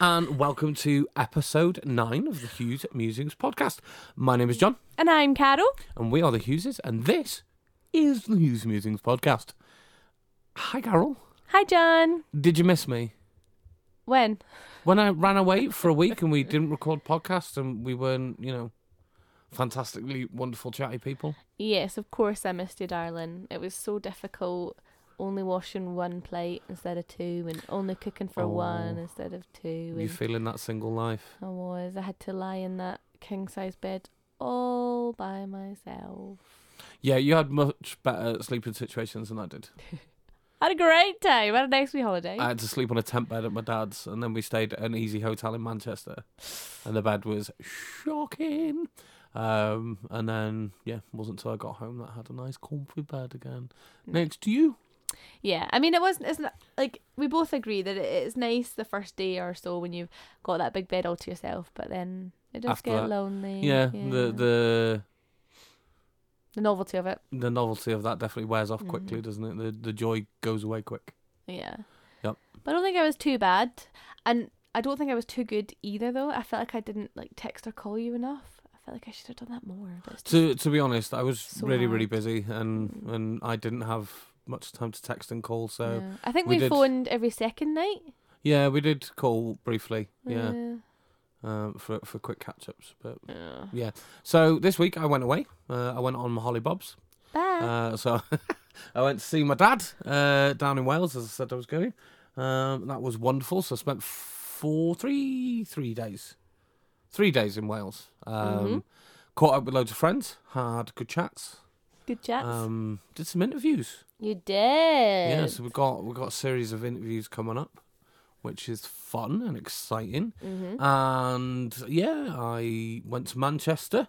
Um, welcome to episode nine of the Hughes Musings podcast. My name is John, And I'm Carol. and we are the Hugheses, and this is the Hughes Musings podcast. Hi, Carol. Hi, John. Did you miss me? When? When I ran away for a week and we didn't record podcasts and we weren't, you know, fantastically wonderful, chatty people. Yes, of course I missed you, darling. It was so difficult. Only washing one plate instead of two, and only cooking for one Oh. instead of two. You And feeling that single life? I was. I had to lie in that king size bed all by myself. Yeah, you had much better sleeping situations than I did. Had a great time. Had a nice wee holiday. I had to sleep on a tent bed at my dad's, and then we stayed at an easy hotel in Manchester, and the bed was shocking. Um, and then yeah, it wasn't until I got home that I had a nice comfy bed again next to you. Yeah, I mean, it wasn't. It's not like we both agree that it- it's nice the first day or so when you've got that big bed all to yourself, but then it does After get that. lonely. Yeah, the the the novelty of it. the novelty of that definitely wears off Mhm. quickly, doesn't it? The the joy goes away quick. Yeah. Yep. But I don't think I was too bad, and I don't think I was too good either. Though I felt like I didn't like text or call you enough. I felt like I should have done that more. But it's To to be honest, I was So really really hard. busy, and Mm. and I didn't have much time to text and call. just- So yeah. I think we we, did- phoned every second night. yeah, we did call briefly. Yeah, um, for for quick catch ups, but. Yeah. So this week I went away. Uh, I went on my Holly Bob's. Bye. Uh, so I went to see my dad uh, down in Wales, as I said I was going. Um, that was wonderful. So I spent four, three, three days, three days in Wales. Um, Mhm. Caught up with loads of friends, had good chats, good chats. um, did some interviews. you did. Yeah, so we got we got a series of interviews coming up, which is fun and exciting. hmm Uh, And yeah, I went to Manchester,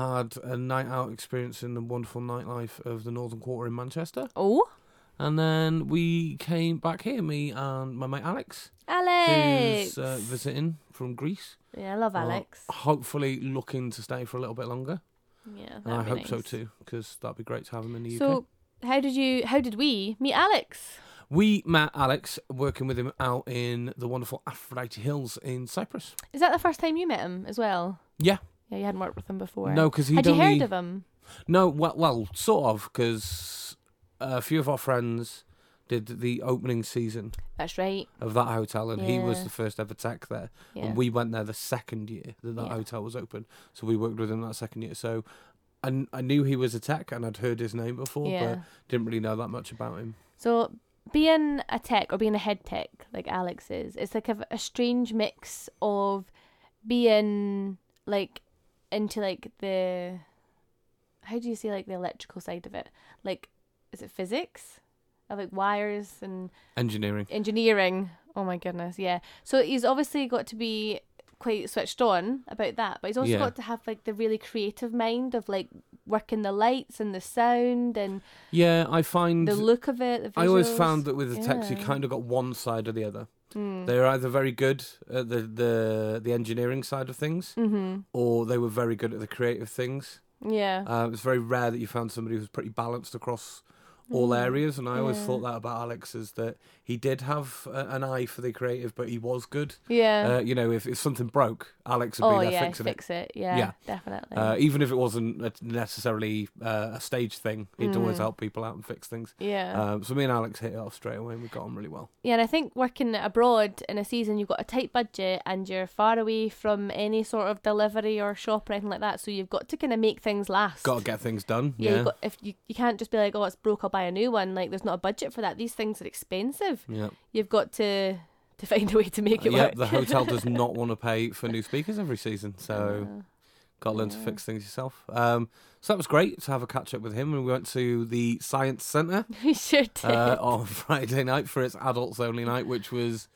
had a night out experiencing the wonderful nightlife of the Northern Quarter in Manchester, Oh, and then we came back here, me and my mate Alex, Alex. who's uh, visiting from Greece. yeah, I love uh, Alex. Hopefully, looking to stay for a little bit longer, yeah, and I that'd be hope so nice. too, because that'd be great to have him in the UK. So, how did you? How did we meet Alex? We met Alex working with him out in the wonderful Aphrodite Hills in Cyprus. Is that the first time you met him as well? Yeah. Yeah, you hadn't worked with him before. No, because he had you only... heard of him? No, well, well sort of, because a few of our friends did the opening season That's right. of that hotel, and he was Yeah. the first ever tech there. Yeah. And we went there the second year that that Yeah. hotel was open, so we worked with him that second year. So I, kn- I knew he was a tech, and I'd heard his name before, yeah. but didn't really know that much about him. So being a tech or being a head tech, like Alex is, it's like a, a strange mix of being like into like the how do you say like the electrical side of it? Like is it physics? Of like wires and Engineering. engineering. Oh my goodness, yeah. So he's obviously got to be quite switched on about that, but he's also Yeah. got to have like the really creative mind of like working the lights and the sound and Yeah, I find. the look of it. The I always visuals. found that with the techs, you Yeah. kind of got one side or the other. Mm. They're either very good at the, the the engineering side of things, Mhm. or they were very good at the creative things. Yeah. Uh, it's very rare that you found somebody who's pretty balanced across uh, all Mm. areas, and I always Yeah. thought that about Alex is that he did have a, an eye for the creative, but he was good. Yeah. Uh, you know, if, if something broke, Alex would oh be there yeah, fixing it. fix it. Yeah, Yeah. definitely. Uh, even if it wasn't a- necessarily uh, a stage thing, he'd always Mm. help people out and fix things. yeah. Um, so me and Alex hit it off straight away, and we got on really well. yeah, and I think working abroad in a season, you've got a tight budget and you're far away from any sort of delivery or shop or anything like that. So you've got to kind of make things last. Got to get things done. yeah, Yeah, You got, if you, you can't just be like, oh, it's broke, I'll buy a new one. Like, there's not a budget for that. These things are expensive. yeah. You've got to to find a way to make it Yeah, work. Uh, the hotel does not want to pay for new speakers every season, so. Uh, Got to learn to Yeah. fix things yourself. Um, so that was great to have a catch up with him, and we went to the Science Centre we sure did. uh, on Friday night for its adults only night, which was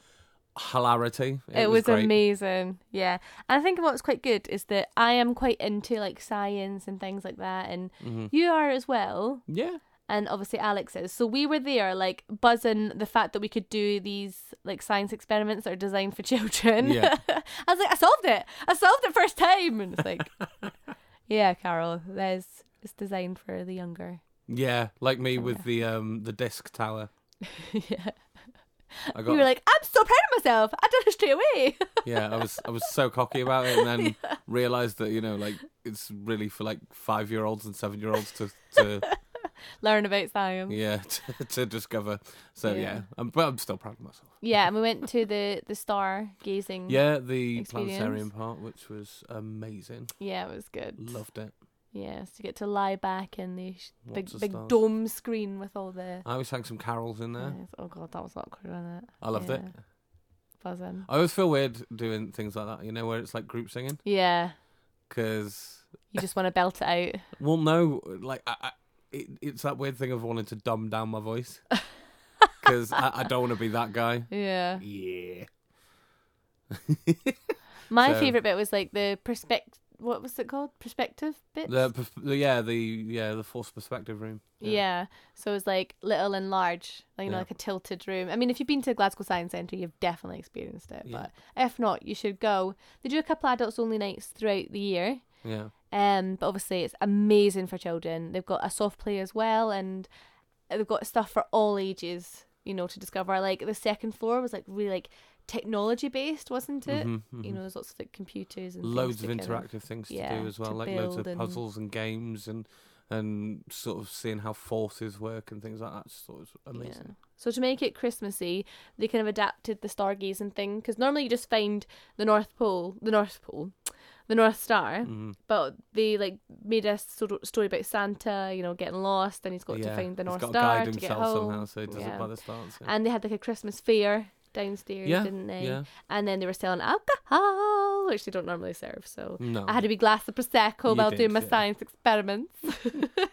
hilarity. it, was, great. amazing yeah and i think what's quite good is that i am quite into like science and things like that and Mhm. you are as well Yeah, and obviously alex is so we were there like buzzing the fact that we could do these like science experiments that are designed for children Yeah. i was like i solved it i solved it first time and it's like yeah carol there's it's designed for the younger yeah, like me Oh, with yeah. the um the disc tower. yeah I You got were like, I'm so proud of myself. I done it straight away. yeah, I was I was so cocky about it, and then realized that you know like it's really for like five year olds and seven year olds to to Learn about science. yeah to, to discover. So Yeah. yeah, I'm, but I'm still proud of myself. Yeah, and we went to the the star gazing. Yeah, the Mm-hmm. Experience. planetarium part, which was amazing, Yeah, it was good. loved it. Yes, you get to lie back in the sh- Lots big of big stars. dome screen with all the. I always sang some carols in there. Yes. Oh god, that was awkward, wasn't it? I loved it. Yeah. Buzzing. I always feel weird doing things like that, you know, where it's like group singing, Yeah, because you just want to belt it out. well, no, like I, I, it, it's that weird thing of wanting to dumb down my voice, because I, I don't want to be that guy. Yeah. Yeah. My So- favorite bit was like the perspect. What was it called? Perspective bits. The, perf- the yeah the yeah the forced perspective room. yeah. So it was like little and large, like, you know, Yeah. like a tilted room. I mean, if you've been to Glasgow Science Centre, you've definitely experienced it. Yeah. But if not, you should go. They do a couple adults only nights throughout the year. yeah. Um, but obviously it's amazing for children. They've got a soft play as well, and they've got stuff for all ages, you know, to discover. Like the second floor was like really like technology based, wasn't it? Mhm, You mhm. know, there's lots of like computers and things Loads of to kind interactive things to yeah, do as to well, like loads build of and- puzzles and games and and sort of seeing how forces work and things like that. Just thought it was amazing. So to make it Christmassy, they kind of adapted the stargazing thing because normally you just find the North Pole, the North Pole, the North Star, Mhm. but they like made a sort of story about Santa, you know, getting lost and he's got to Yeah, find the he's North got Star guide to get himself home. somehow, so he does Yeah. it by the stars. Yeah. And they had like a Christmas fair downstairs, yeah, didn't they? yeah. And then they were selling alcohol, which they don't normally serve. So No, I had a wee glass of Prosecco Oh. You while did, doing my yeah. science experiments. but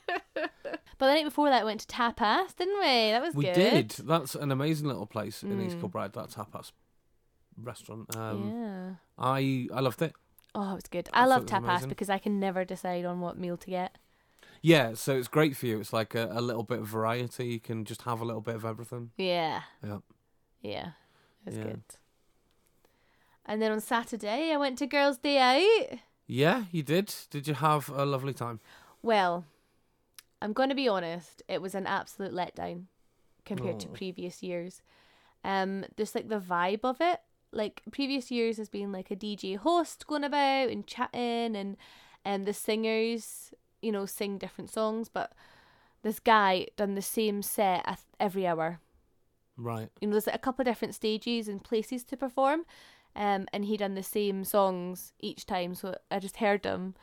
the night before that, we went to tapas, didn't we? That was we good. did. That's an amazing little place in East Mm. Kilbride. That tapas restaurant. Um, yeah. I I loved it. Oh, it was good. I I thought love it was tapas amazing. because I can never decide on what meal to get. Yeah, so it's great for you. It's like a, a little bit of variety. You can just have a little bit of everything. Yeah. Yep. Yeah. It was Yeah. good. And then on Saturday, I went to Girls' Day Out. Yeah, you did. Did you have a lovely time? Well, I'm going to be honest, it was an absolute letdown compared to Oh. previous years. Um, just like the vibe of it, like previous years has been like a DJ host going about and chatting, and and the singers, you know, sing different songs, but this guy done the same set a- every hour. Right. You know, there's like a couple of different stages and places to perform, um, and he done the same songs each time. So I just heard them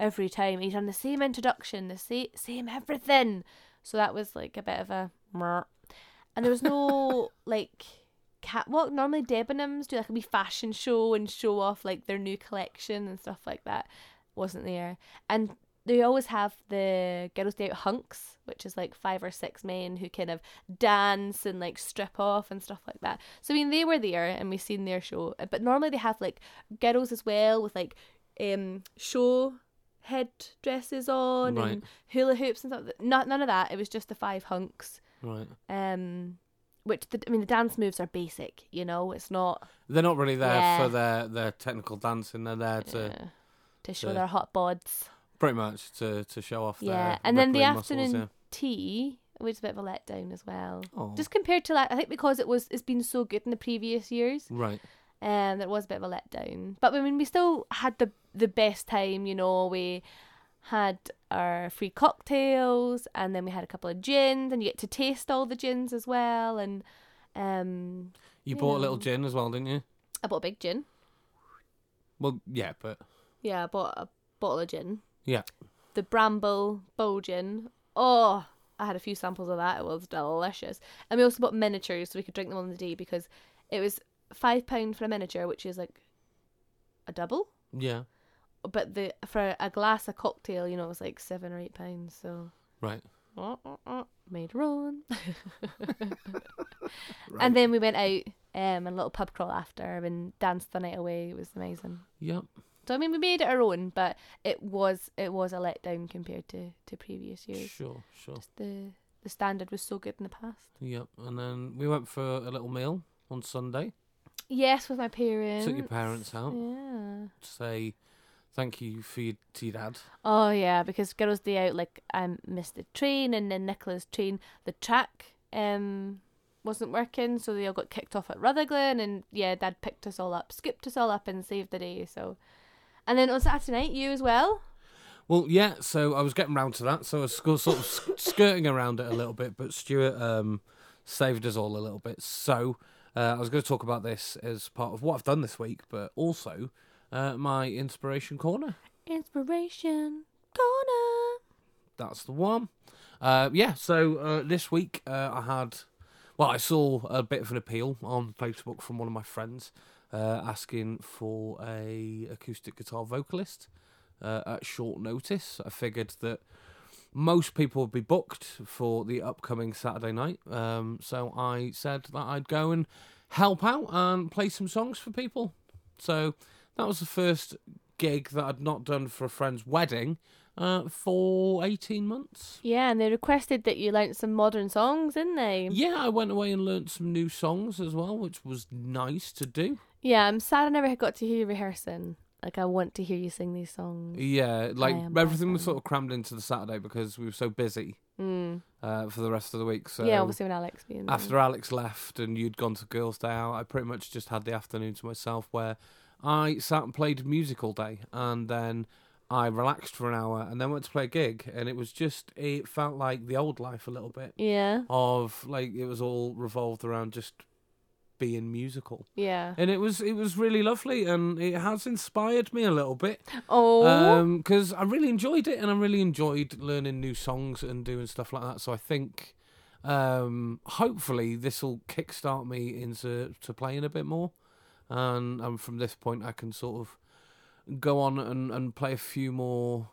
every time. He done the same introduction, the same same everything. So that was like a bit of a, meh. and there was no like catwalk. Normally Debenhams do like a wee fashion show and show off like their new collection and stuff like that. Wasn't there? And they always have the girls' day out hunks, which is like five or six men who kind of dance and like strip off and stuff like that. So I mean, they were there and we seen their show, but normally they have like girls as well with like um show head dresses on and Right. hula hoops and stuff. Not none of that. It was just the five hunks. Right. Um, which the, I mean, the dance moves are basic. You know, it's not They're not really there Yeah. for their, their technical dancing. They're there to uh, to show the- their hot bods. pretty much to, to show off. Yeah, their and then the rippling muscles, afternoon tea was a bit of a letdown as well. yeah. Oh, Just compared to like, I think because it was it's been so good in the previous years, right. um, that was a bit of a letdown. But I mean, we still had the the best time. You know, we had our free cocktails, and then we had a couple of gins, and you get to taste all the gins as well. And um, You bought a little Yeah. gin as well, didn't you? I bought a big gin. Well, yeah, but Yeah, I bought a bottle of gin. Yeah. The Bramble Bow Gin. Oh, I had a few samples of that. It was delicious. And we also bought miniatures so we could drink them on the day because it was five pound for a miniature, which is like a double. yeah, But the for a glass of cocktail, you know, it was like seven or eight pounds. So right. made her own. right. And then we went out um, and a little pub crawl after and danced the night away. It was amazing. yep. So I mean, we made it our own, but it was it was a letdown compared to to previous years. Sure, sure. Just the the standard was so good in the past. Yep. And then we went for a little meal on Sunday. Yes, with my parents. Took your parents out Yeah. to say thank you for your, to your dad. Oh yeah, because girls' day out, like I missed the train and then Nicola's train, the track um wasn't working, so they all got kicked off at Rutherglen, and yeah, Dad picked us all up, scooped us all up, and saved the day. So, and then on Saturday night, you as well. Well, yeah, so I was getting round to that. So I was sco- sort of sk- skirting around it a little bit, but Stuart um, saved us all a little bit. So uh, I was going to talk about this as part of what I've done this week, but also uh, my inspiration corner. Inspiration corner. That's the one. Uh, yeah, so uh, this week uh, I had, well, I saw a bit of an appeal on Facebook from one of my friends uh, asking for a acoustic guitar vocalist uh, at short notice. I figured that most people would be booked for the upcoming Saturday night, um, so I said that I'd go and help out and play some songs for people. So that was the first gig that I'd not done for a friend's wedding uh, for 18 months. Yeah, and they requested that you learnt some modern songs, didn't they? Yeah, I went away and learnt some new songs as well, which was nice to do. Yeah, I'm sad I never got to hear you rehearsing. Like I want to hear you sing these songs. Yeah, like am everything was awesome. sort of crammed into the Saturday because we were so busy Mm. uh, for the rest of the week. So yeah, obviously when Alex being there. after Alex left and you'd gone to Girls Day Out, I pretty much just had the afternoon to myself where I sat and played music all day and then I relaxed for an hour and then went to play a gig and it was just, it felt like the old life a little bit Yeah, of like it was all revolved around just being musical. yeah. and it was it was really lovely and it has inspired me a little bit Oh, Um, because i really enjoyed it and i really enjoyed learning new songs and doing stuff like that so i think um hopefully this will kickstart me into to playing a bit more and and from this point i can sort of go on and and play a few more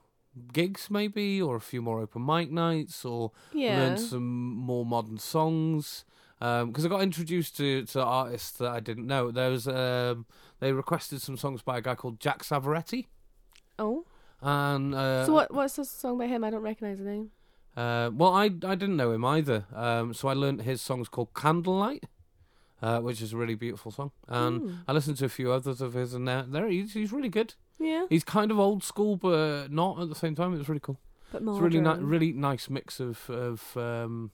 gigs maybe or a few more open mic nights or yeah. learn some more modern songs because I got introduced to, to artists that I didn't know. There was um, they requested some songs by a guy called Jack Savaretti, Oh, and uh, so what? What's this song by him? I don't recognize the name. uh, well, I I didn't know him either, um, so I learned his songs called Candlelight, uh, which is a really beautiful song, and Mm. I listened to a few others of his, and they're, they're he's, he's really good. Yeah, He's kind of old school, but not at the same time. It was really cool. but It's modern. really nice, really nice mix of of um,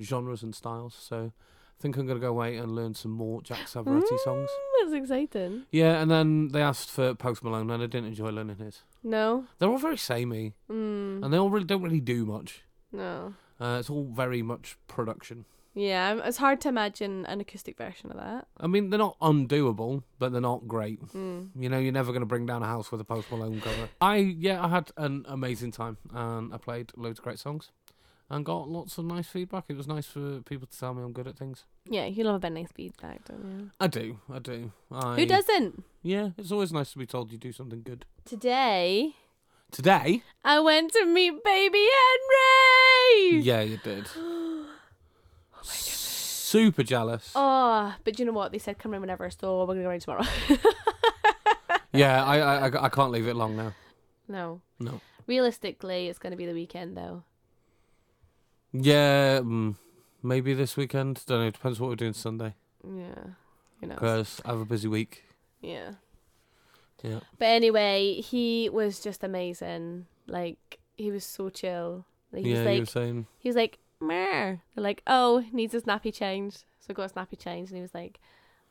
genres and styles. So I think I'm gonna go away and learn some more Jack Savaretti songs. Mm, That's exciting. Yeah, and then they asked for Post Malone, and I didn't enjoy learning his. No. They're all very samey, Mm, and they all really don't really do much. no. Uh, it's all very much production. Yeah, I'm- it's hard to imagine an acoustic version of that. I mean, they're not undoable, but they're not great. Mm. You know, you're never going to bring down a house with a Post Malone cover. I yeah, I had an amazing time, and I played loads of great songs, and got lots of nice feedback. It was nice for people to tell me I'm good at things. Yeah, you love a bit of nice feedback, don't I do, I do. I, you? Who doesn't? Yeah, it's always nice to be told you do something good. Today, Today? I went to meet baby Henry. yeah, you did. Super jealous. Oh, but you know what? They said come round whenever, so we're gonna go round tomorrow. Yeah, I, I, I- I can't leave it long now. no. No. Realistically, it's gonna be the weekend though. Yeah, mm, maybe this weekend. Don't know. Depends what we're doing Sunday. Yeah. Who knows? Because I have a busy week. Yeah. Yeah. But anyway, he was just amazing. Like he was so chill. Like, he yeah, was like you were saying. he was like, Meh. They're like, oh, needs a snappy change. So I got a snappy change, and he was like,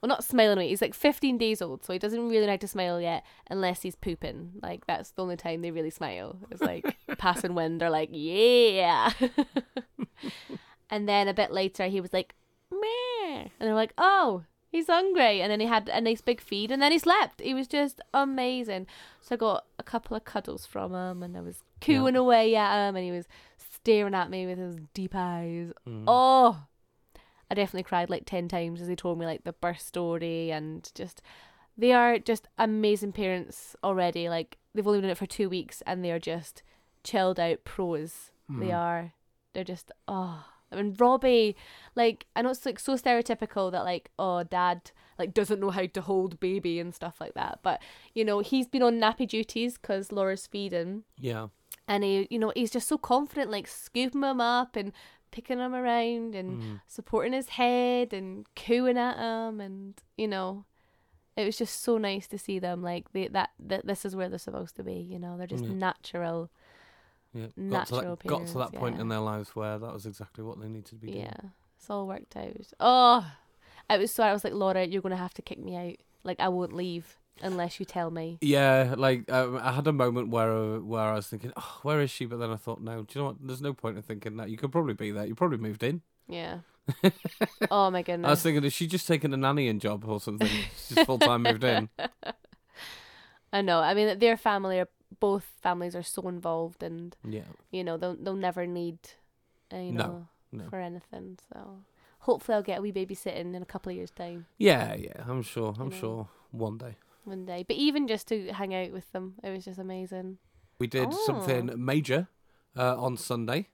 well, not smiling. Wait, he's like 15 days old, so he doesn't really like to smile yet, unless he's pooping. Like that's the only time they really smile. It's like passing wind. They're like, yeah. and then a bit later, he was like, Meh. and they're like, oh. He's hungry, and then he had a nice big feed, and then he slept. He was just amazing. So I got a couple of cuddles from him, and I was cooing away at him, and he was staring at me with his deep eyes. Mm. Oh, I definitely cried like 10 times as they told me like the birth story and just they are just amazing parents already. Like they've only been in it for two weeks and they are just chilled out pros. They Mm. are. They're just oh. I mean Robbie, like I know it's like so stereotypical that like oh dad like doesn't know how to hold baby and stuff like that, but you know he's been on nappy duties because Laura's feeding Yeah. and he you know he's just so confident like scooping him up and picking him around and Mm. supporting his head and cooing at him and you know it was just so nice to see them like they, that that this is where they're supposed to be you know they're just Yeah. natural yeah. Got, to Natural that, got to appearance, that point yeah. in their lives where that was exactly what they needed to be doing. yeah It's all worked out. Oh, I was so I was like, Laura, you're gonna have to kick me out. Like I won't leave unless you tell me. Yeah, like um, I had a moment where uh, where I was thinking, oh, where is she? But then I thought, no, do you know what? There's no point in thinking that. You could probably be there. You probably moved in. Yeah. oh my goodness. I was thinking, is she just taking a nannying job or something? She's just full time moved in. I know. I mean, their family are both families are so involved, and Yeah, you know they'll they'll never need, uh, you No, know, no. for anything. So hopefully, I'll get a wee babysitting in a couple of years' time yeah, yeah. I'm sure. I'm know. sure. One day one day. But even just to hang out with them, it was just amazing. we did Oh. something major uh, on Sunday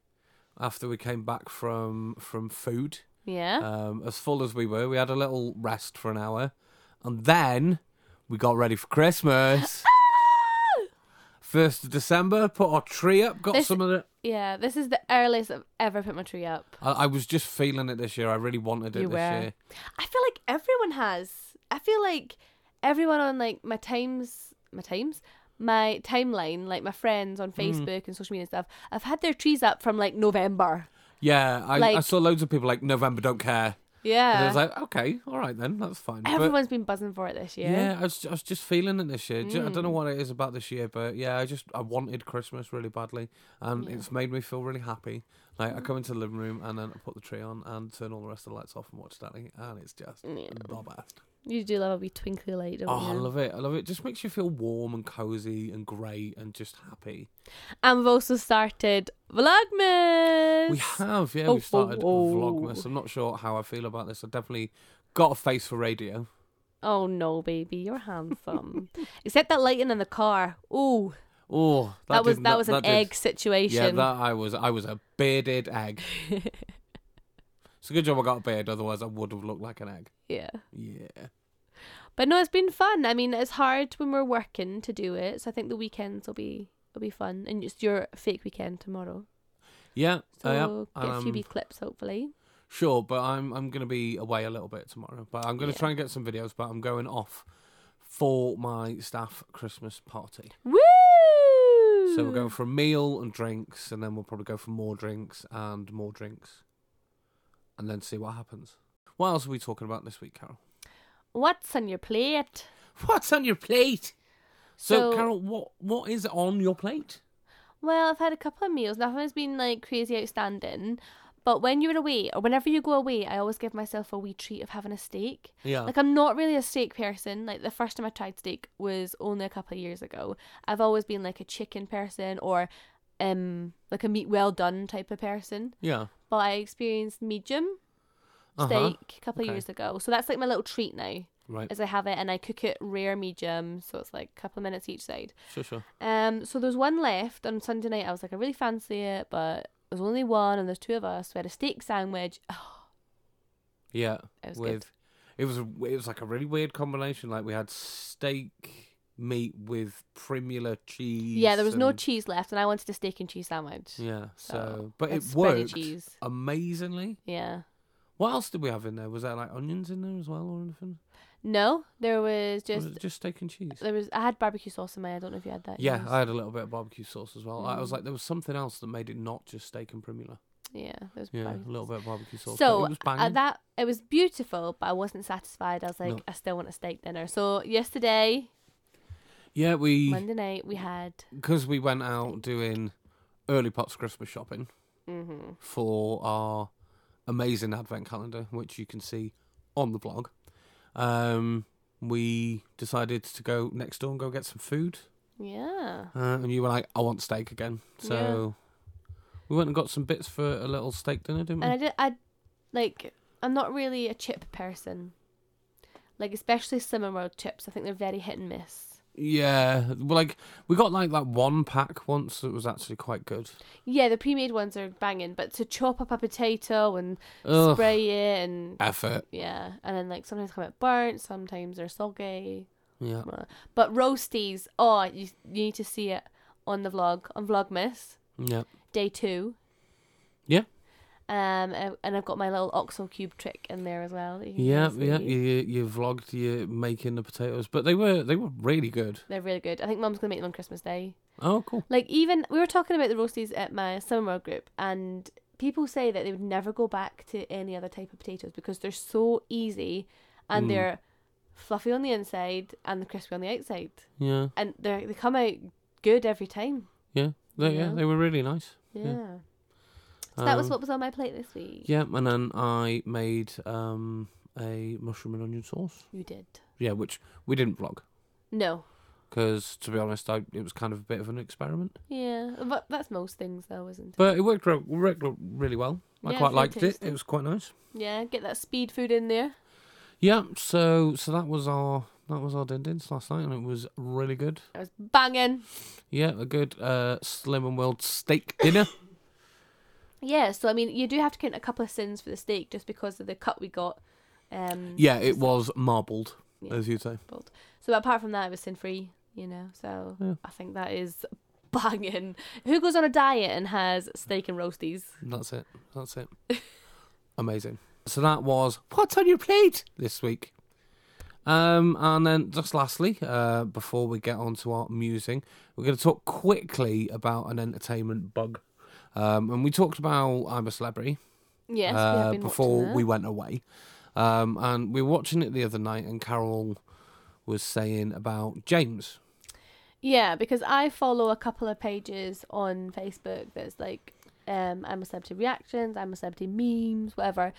after we came back from from food. Yeah. um, as full as we were. We had a little rest for an hour, and then we got ready for Christmas. Ah! First of December, put our tree up. Got This- some of the. yeah. This is the earliest I've ever put my tree up. I, I was just feeling it this year. I really wanted it You this were. year. I feel like everyone has. I feel like everyone on like my times, my times, my timeline, like my friends Mm-hmm. on Facebook and social media and stuff, I've had their trees up from like November. Yeah, I, I Like- saw loads of people like November don't care. And I Yeah, was like, okay, all right then, that's fine. But- everyone's been buzzing for it this year. Hmm. yeah, I was, I was just feeling it this year. Ju- I don't know what it is about this year, but yeah, I just I wanted Christmas really badly, and it's made me feel really happy. Hmm. Like I come into the living room and then I put the tree on and turn all the rest of the lights off and watch telly, and it's just Yeah. the best. You do love a wee twinkly light, don't Oh, I you? love it! I love it. Just makes you feel warm and cozy and great and just happy. and we've also started Vlogmas. We have, yeah, Oh, we've started oh, oh. Vlogmas. I'm not sure how I feel about this. I definitely got a face for radio. oh no, baby, you're handsome. Except that lighting in the car. Ooh, Oh, that, was did that not- was an did- egg situation. Yeah, that I was. I was a bearded egg. it's a good job I got a beard, otherwise I would have looked like an egg. yeah. Yeah. But no, it's been fun. I mean, it's hard when we're working to do it, so I think the weekends will be will be fun, and it's your fake weekend tomorrow. Yeah, So I am. get a few Um, wee clips, hopefully. Sure, but I'm I'm gonna be away a little bit tomorrow. But I'm gonna Yeah. try and get some videos. But I'm going off for my staff Christmas party. Woo! So we're going for a meal and drinks, and then we'll probably go for more drinks and more drinks, and then see what happens. What else are we talking about this week, Carol? What's on your plate? What's on your plate? So, So- Carol, what what is on your plate? Well, I've had a couple of meals. Nothing's been like crazy outstanding. But when you're away, or whenever you go away, I always give myself a wee treat of having a steak. Yeah. Like I'm not really a steak person. Like the first time I tried steak was only a couple of years ago. I've always been like a chicken person or um like a meat well done type of person. yeah. But I experienced medium Uh-huh. steak a couple Okay. of years ago. So that's like my little treat now Right. as I have it and I cook it rare medium, so it's like a couple of minutes each side. Sure, sure. Um, so there's one left on Sunday night. I was like, I really fancy it, but there's only one, and there's two of us. We had a steak sandwich. Oh, Yeah. It was with good. it was a, it was like a really weird combination. Like we had steak meat with primula cheese. Yeah, there was no and- cheese left, and I wanted a steak and cheese sandwich. Yeah. So, So, but and it spreaded worked cheese. amazingly. Yeah. What else did we have in there? Was there like onions in there as well or anything? No, there was Or just was it just steak and cheese? there was. I had barbecue sauce in mine. I don't know if you had that. Yeah, yours. I had a little bit of barbecue sauce as well. I was Mm. like, there was something else that made it not just steak and primula. yeah. There was Yeah, a barbecue little sauce. bit of barbecue sauce. but So it was uh, banging. that it was beautiful, but I wasn't satisfied. I was like, No. I still want a steak dinner. So yesterday, yeah, we Monday night, we had. because we went out doing early pots Christmas shopping. Mm-hmm. for our amazing advent calendar, which you can see on the blog. Um, we decided to go next door and go get some food, Yeah. uh, and you were like, "I want steak again," so we went and got some bits for a little steak dinner, didn't we? And I did. I like. I'm not really a chip person. Like especially cinnamon roll chips. I think they're very hit and miss. yeah, well, like we got like that one pack once that was actually quite good. Yeah, the pre-made ones are banging, but to chop up a potato and Ugh, spray it and effort. yeah, and then like sometimes come out burnt, sometimes they're soggy. Yeah, Blah. But roasties, oh, you you need to see it on the vlog on Vlogmas yeah. day two. Yeah. Um, and and I've got my little oxo cube trick in there as well. that you can Yeah, kinda yeah, see. you, you you vlogged you making the potatoes, but they were they were really good. They're really good. I think Mum's gonna make them on Christmas Day. Oh, cool. Like even we were talking about the roasties at my summer group, and people say that they would never go back to any other type of potatoes because they're so easy and Mm. they're fluffy on the inside and they're crispy on the outside. Yeah, And they they come out good every time. they, yeah, Yeah. they were really nice. Yeah. So that was Um, what was on my plate this week. Yeah, and then I made um, a mushroom and onion sauce. You did. Yeah, which we didn't vlog No. because, to be honest, I, it was kind of a bit of an experiment. Yeah. But that's most things though, isn't it? But it worked, re- worked re- really well. I Yeah, quite liked it. fantastic. It was quite nice. Yeah, get that speed food in there. Yeah, so so that was our that was our din dins last night, and it was really good. That was banging. Yeah, a good uh, slim and wild steak dinner. Yeah, so I mean, you do have to count a couple of sins for the steak just because of the cut we got. Um, yeah, it was marbled, Yeah. as you say. So apart from that, it was sin free, you know. So Yeah. I think that is banging. Who goes on a diet and has steak and roasties? That's it. That's it. Amazing. So that was what's on your plate this week. Um, and then just lastly, uh, before we get on to our musing, we're going to talk quickly about an entertainment bug. Um, and we talked about I'm a Celebrity Yes, we uh, have been before watching that. we went away. Um, and we were watching it the other night, and Carol was saying about James. Yeah, because I follow a couple of pages on Facebook that's like um, I'm a celebrity reactions, I'm a celebrity memes, whatever.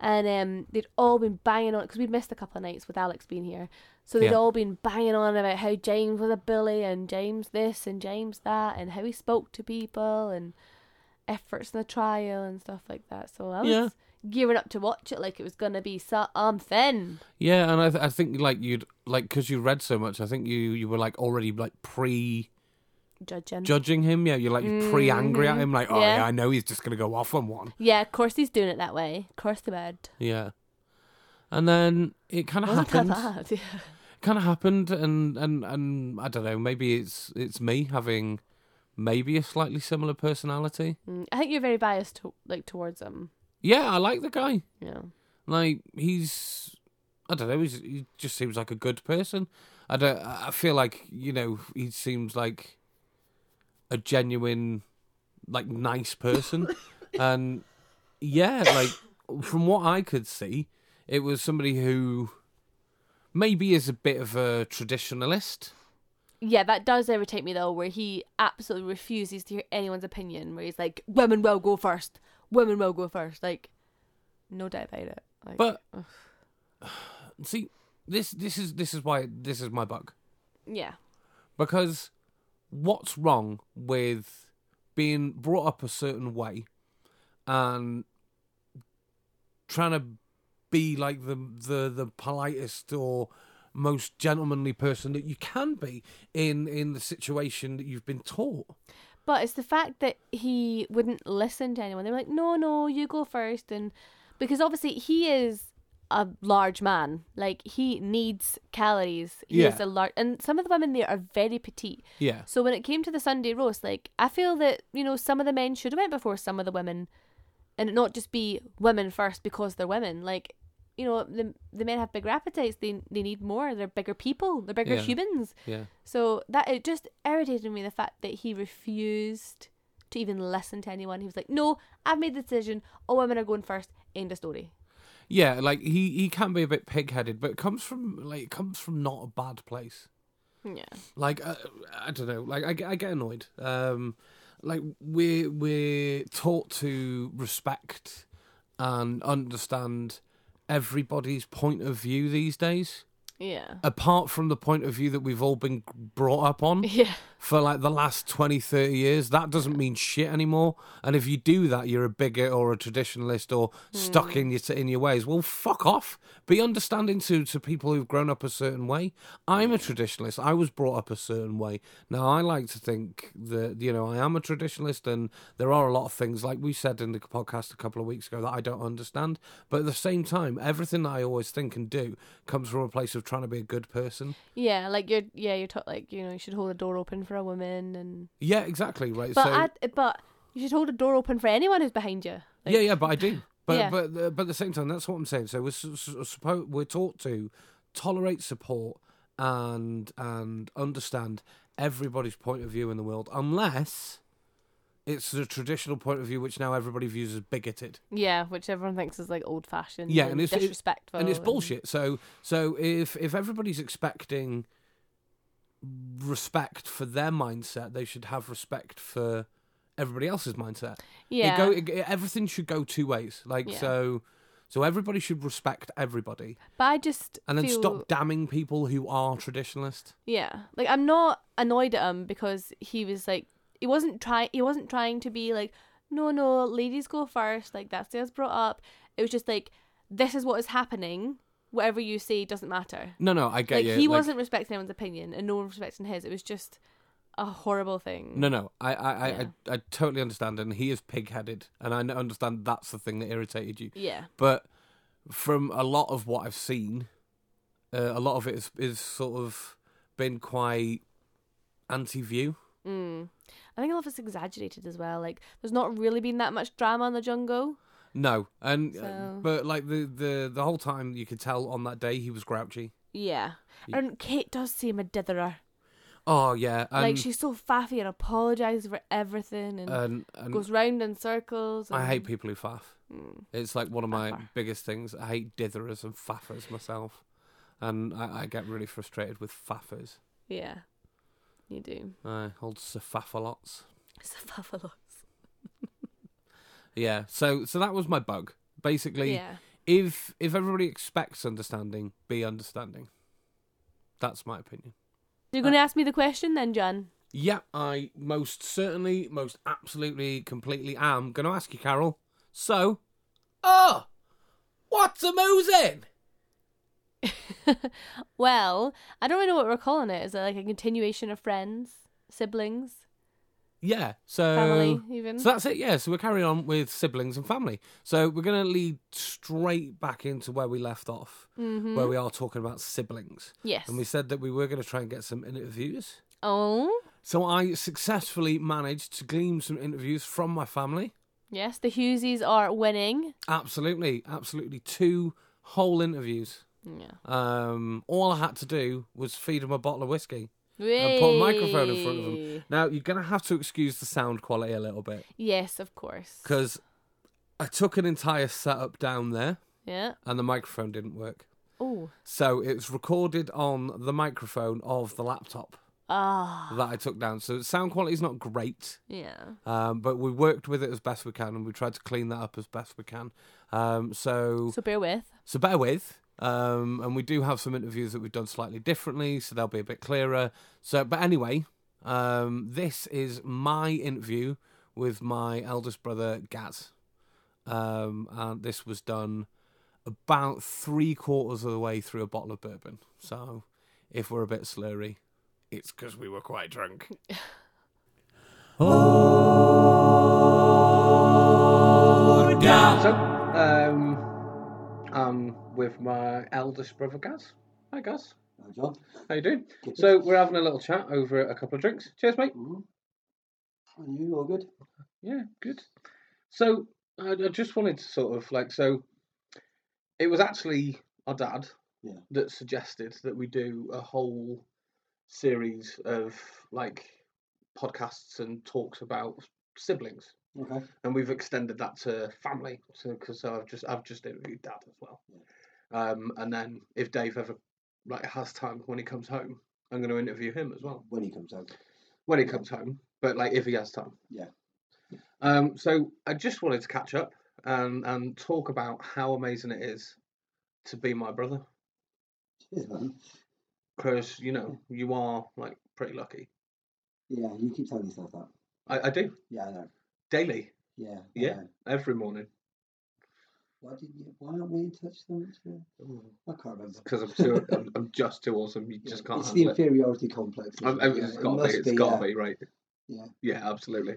And um, they'd all been banging on because we'd missed a couple of nights with Alex being here, so they'd Yeah. all been banging on about how James was a bully and James this and James that and how he spoke to people and efforts in the trial and stuff like that. So I was Yeah. gearing up to watch it like it was gonna be something. Yeah, and I, th- I think like you'd like because you read so much. I think you you were like already like pre Judging. judging him. Yeah, you're like pre angry at him. Like, oh yeah. Yeah. I know he's just gonna go off on one. yeah, of course he's doing it that way. Of course the bad. Yeah, and then it kind of Wasn't that happened. bad? Yeah. Kind of happened, and and and I don't know. Maybe it's it's me having maybe a slightly similar personality. Mm, I think you're very biased to, like towards him. Yeah, I like the guy. Yeah. Like he's. I don't know. He's, he just seems like a good person. I don't. I feel like you know he seems like a genuine, like nice person, and yeah, like from what I could see, it was somebody who maybe is a bit of a traditionalist. Yeah, that does irritate me though, where he absolutely refuses to hear anyone's opinion, where he's like, women will go first. Women will go first. Like, no doubt about it. Like, But- ugh. See, this this is this is why this is my bug. yeah. because what's wrong with being brought up a certain way and trying to be like the the the politest or most gentlemanly person that you can be in in the situation that you've been taught But it's the fact that he wouldn't listen to anyone. They were like, no, no, you go first. And because obviously he is a large man. Like, he needs calories. He is Yeah. a large. And some of the women there are very petite. yeah So when it came to the Sunday roast, like I feel that you know some of the men should have went before some of the women, and it not just be women first because they're women. Like you know the the men have bigger appetites. They they need more. They're bigger people. They're bigger Yeah. humans. yeah So that it just irritated me the fact that he refused to even listen to anyone. He was like, "No, I've made the decision. All women are going first. End of story." yeah like he he can be a bit pig-headed but it comes from like it comes from not a bad place Yeah. like uh, i don't know like I, get- I get annoyed um like we're we're taught to respect and understand everybody's point of view these days Yeah. apart from the point of view that we've all been brought up on Yeah. for like the last 20 30 years that doesn't mean shit anymore and if you do that you're a bigot or a traditionalist or stuck in your in your ways well fuck off be understanding to to people who've grown up a certain way i'm a traditionalist i was brought up a certain way now i like to think that you know i am a traditionalist and there are a lot of things like we said in the podcast a couple of weeks ago that i don't understand but at the same time everything that i always think and do comes from a place of trying to be a good person Yeah. Like you're. Yeah. You're taught like you know you should hold the door open for a woman and. yeah exactly right But so I, but you should hold a door open for anyone who's behind you. Like, yeah, yeah, but I do. But Yeah. but uh, but at the same time, that's what I'm saying. So we're su- su- suppo- we're taught to tolerate, support, and and understand everybody's point of view in the world, unless it's the traditional point of view which now everybody views as bigoted, Yeah, which everyone thinks is like old fashioned. Yeah, and and, it's- it- disrespectful. and it's bullshit. So so if if everybody's expecting respect for their mindset, they should have respect for everybody else's mindset. Yeah, It go, it, it- everything should go two ways. Like Yeah. so, so everybody should respect everybody, but I just and then feel, stop damning people who are traditionalist. Yeah, like I'm not annoyed at him because he was like he wasn't trying he wasn't trying to be like no no ladies go first like that's the way I was brought up. It was just like this is what is happening. Whatever you say doesn't matter. No, no, I get like you. he wasn't respecting anyone's opinion and no one was respecting his. It was just a horrible thing. No, no, I, I, I, Yeah. I, I totally understand, and he is pig-headed, and I n- understand that's the thing that irritated you. Yeah. But from a lot of what I've seen, uh, a lot of it is, is sort of been quite anti-view. Mm. I think a lot of it's exaggerated as well. Like, there's not really been that much drama in the jungle. No, and uh, So- but like the, the the whole time you could tell on that day he was grouchy. Yeah. And Kate does seem a ditherer. Oh yeah, and like, she's so faffy and apologises for everything and and, and goes round in circles. And, I hate people who faff. Mm. It's like one of my Faffer. biggest things. I hate ditherers and faffers myself, and I, I get really frustrated with faffers. Yeah. You do. I hold saffaffalots. It's a buffalo. Yeah, so so that was my bug. Basically, Yeah. if if everybody expects understanding, be understanding. That's my opinion. Uh, You're going to ask me the question then, John? Yeah, I most certainly, most absolutely, completely am going to ask you, Carol. So, oh, what's a mosin? well, I don't really know what we're calling it. Is it like a continuation of friends, siblings, Yeah, so family, even? Uh, So that's it, yeah. So we're carrying on with siblings and family. So we're going to lead straight back into where we left off, Mhm. where we are talking about siblings. yes. And we said that we were going to try and get some interviews. Oh, So I successfully managed to glean some interviews from my family. yes. The Hughesies are winning. Absolutely, absolutely. Two whole interviews. Yeah. Um, all I had to do was feed them a bottle of whiskey and put a microphone in front of them. Whey! Now, you're going to have to excuse the sound quality a little bit Yes, of course. because I took an entire setup down there. Yeah. and the microphone didn't work. Oh. So it was recorded on the microphone of the laptop Ah. that I took down. So the sound quality's not great, Yeah. um, but we worked with it as best we can and we tried to clean that up as best we can. Um, so, So bear with. so bear with. Um, and we do have some interviews that we've done slightly differently, so they'll be a bit clearer. So, but anyway, um, this is my interview with my eldest brother Gaz, um, and this was done about three quarters of the way through a bottle of bourbon. So, if we're a bit slurry, it's because we were quite drunk. oh, So, um, I'm um, with my eldest brother Gaz. Hi Gaz, John. how you doing? So we're having a little chat over a couple of drinks. Cheers, mate. Mhm. Mm-hmm. And you all good? Yeah, good. So I, I just wanted to sort of like so. It was actually our dad Yeah. that suggested that we do a whole series of like podcasts and talks about siblings, Okay. and we've extended that to family. So because I've just I've just interviewed dad as well. Um, and then if Dave ever like has time when he comes home, I'm going to interview him as well When he comes over. when he comes home. But like if he has time. Yeah. Um, so I just wanted to catch up and and talk about how amazing it is to be my brother Cheers, man. because you know you are like pretty lucky. Yeah, you keep telling yourself that. I, I do Yeah, I know. daily, Yeah. I Yeah. know. every morning Why didn't you? Why aren't we in touch so much? more? I can't remember. because I'm too I'm, I'm just too awesome. You Yeah, just can't It's the handle it. inferiority complex. I, isn't I, it? Yeah, it's it got to be. must uh, It's got to yeah. be right. Yeah. Yeah, absolutely.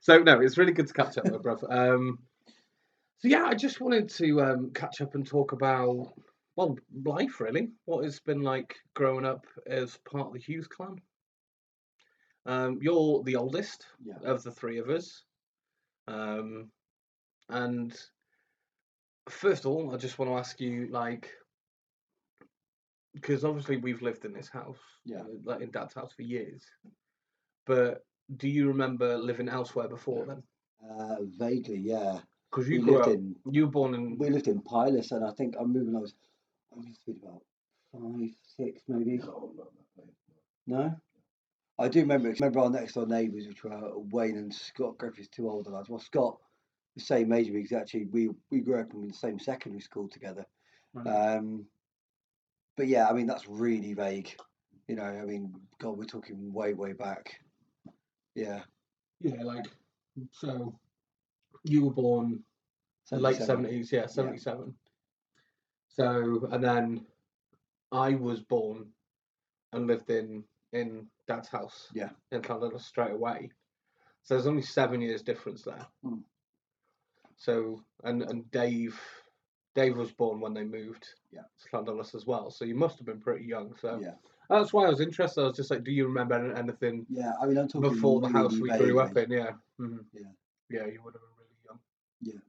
So no, it's really good to catch up, my brother. Um, so yeah, I just wanted to um, catch up and talk about well, life really. What it's been like growing up as part of the Hughes clan. Um, you're the oldest Yeah. of the three of us, um, and first of all, I just want to ask you, like, because obviously we've lived in this house, Yeah. uh, like in Dad's house for years, but do you remember living elsewhere before then? Uh, vaguely, yeah. Because We you grew lived up, in you were born in we lived in Pilas, and I think I remember when I was I must have been about five, six, maybe. No, I do remember. Remember our next door neighbours, which were Wayne and Scott Griffiths, two older lads. Well, Scott, the same age as me, 'cause actually we we grew up in the same secondary school together. Right. Um, but yeah, I mean that's really vague. You know, I mean, God, we're talking way, way back. Yeah, yeah, like so. You were born late 77. seventies, yeah, seventy seven. So and then I was born and lived in in Dad's house. Yeah. In Canada straight away. So there's only seven years difference there. Mm. So and and Dave Dave was born when they moved Yeah. to Clondallis as well. So you must have been pretty young. So Yeah, that's why I was interested. I was just like, do you remember an- anything yeah. I mean, I'm talking before the house really we grew up vaguely. in, yeah. Mhm. Yeah. Yeah, you would have been really young. Yeah.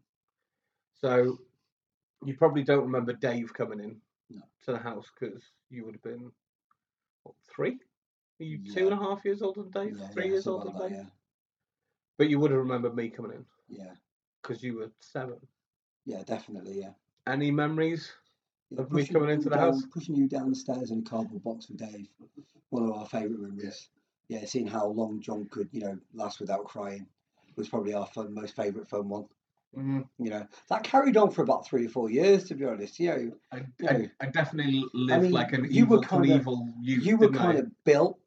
So you probably don't remember Dave coming in No. to the house because you would have been what, three? Are you two Yeah. and a half years older than Dave? Yeah, three yeah, years something older than like Dave? that, But you would have remembered me coming in Yeah, yeah, because you were seven. yeah, definitely, yeah. Any memories? Yeah, Of me pushing coming you into the down- house? Pushing you downstairs in a cardboard box with Dave, one of our favourite memories. Yeah. seeing how long John could, you know, last without crying was probably our fun, most favourite fun one. Mm, You know, that carried on for about three or four years, to be honest. You know, I, No. I definitely lived mean, like an you were evil kinda- evil youth. you were didn't I? kind of built,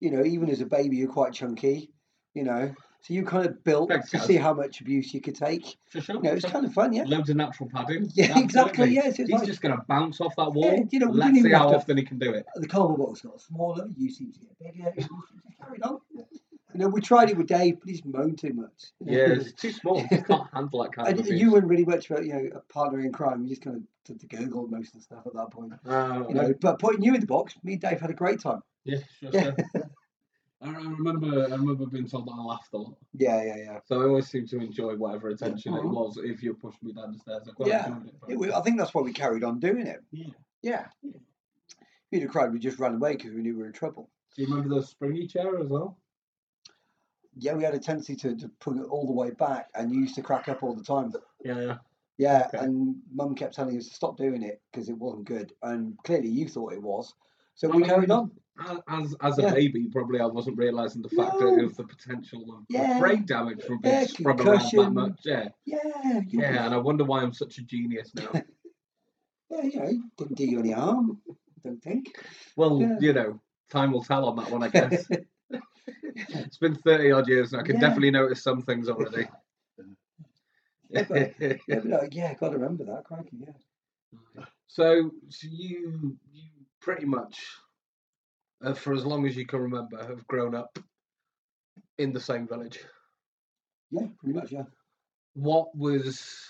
you know, even as a baby, you're quite chunky, you know. So you kind of built Thanks, to guys. see how much abuse you could take. For sure. You know, it's for kind of fun, yeah. sure. Loads of natural padding. Yeah, exactly. absolutely. Yeah, it's, it's He's nice. just going to bounce off that Yeah, wall. you know, we Let's didn't see even how have to often he can do it. the cardboard box got smaller, you seem to get bigger, it all seems to carry on. You know, we tried it with Dave, but he's moaned too much. you know. Yeah, it's too small. He can't handle that kind And of you- abuse. you weren't really much about, you know, a partner in crime. You just kind of did the gurgle most of the stuff at that point. Uh, You know, but putting you in the box, me and Dave had a great time. yeah, sure, Yeah. sure. I I remember, I remember being told that I laughed a lot. Yeah, yeah, yeah. So I always seem to enjoy whatever attention it Mhm. was. If you pushed me down the stairs, I quite Yeah. enjoyed it. but- It, wa- I think that's why we carried on doing it. Yeah. Yeah. If you'd have cried, we just ran away because we knew we were in trouble. Do you remember the springy chair as well? Yeah, we had a tendency to, to pull it all the way back, and you used to crack up all the time. Yeah, yeah. Yeah, Okay. and Mum kept telling us to stop doing it because it wasn't good, and clearly you thought it was, so I we mean, carried on. A- As as a Yeah. baby, probably I wasn't realising the fact No. of the potential of, of Yeah. brain damage from being Yeah, sprung around that concussion. much. Yeah, Yeah, you yeah. And I wonder why I'm such a genius now. yeah, you know, didn't do you any harm, I don't think. Well, Yeah. you know, time will tell on that one, I guess. it's been 30 odd years and I can Yeah. definitely notice some things already. Yeah, but- yeah, but like, yeah, got to remember that, crikey, yeah. so, so you you pretty much, uh, for as long as you can remember, have grown up in the same village. Yeah, pretty much, yeah. What was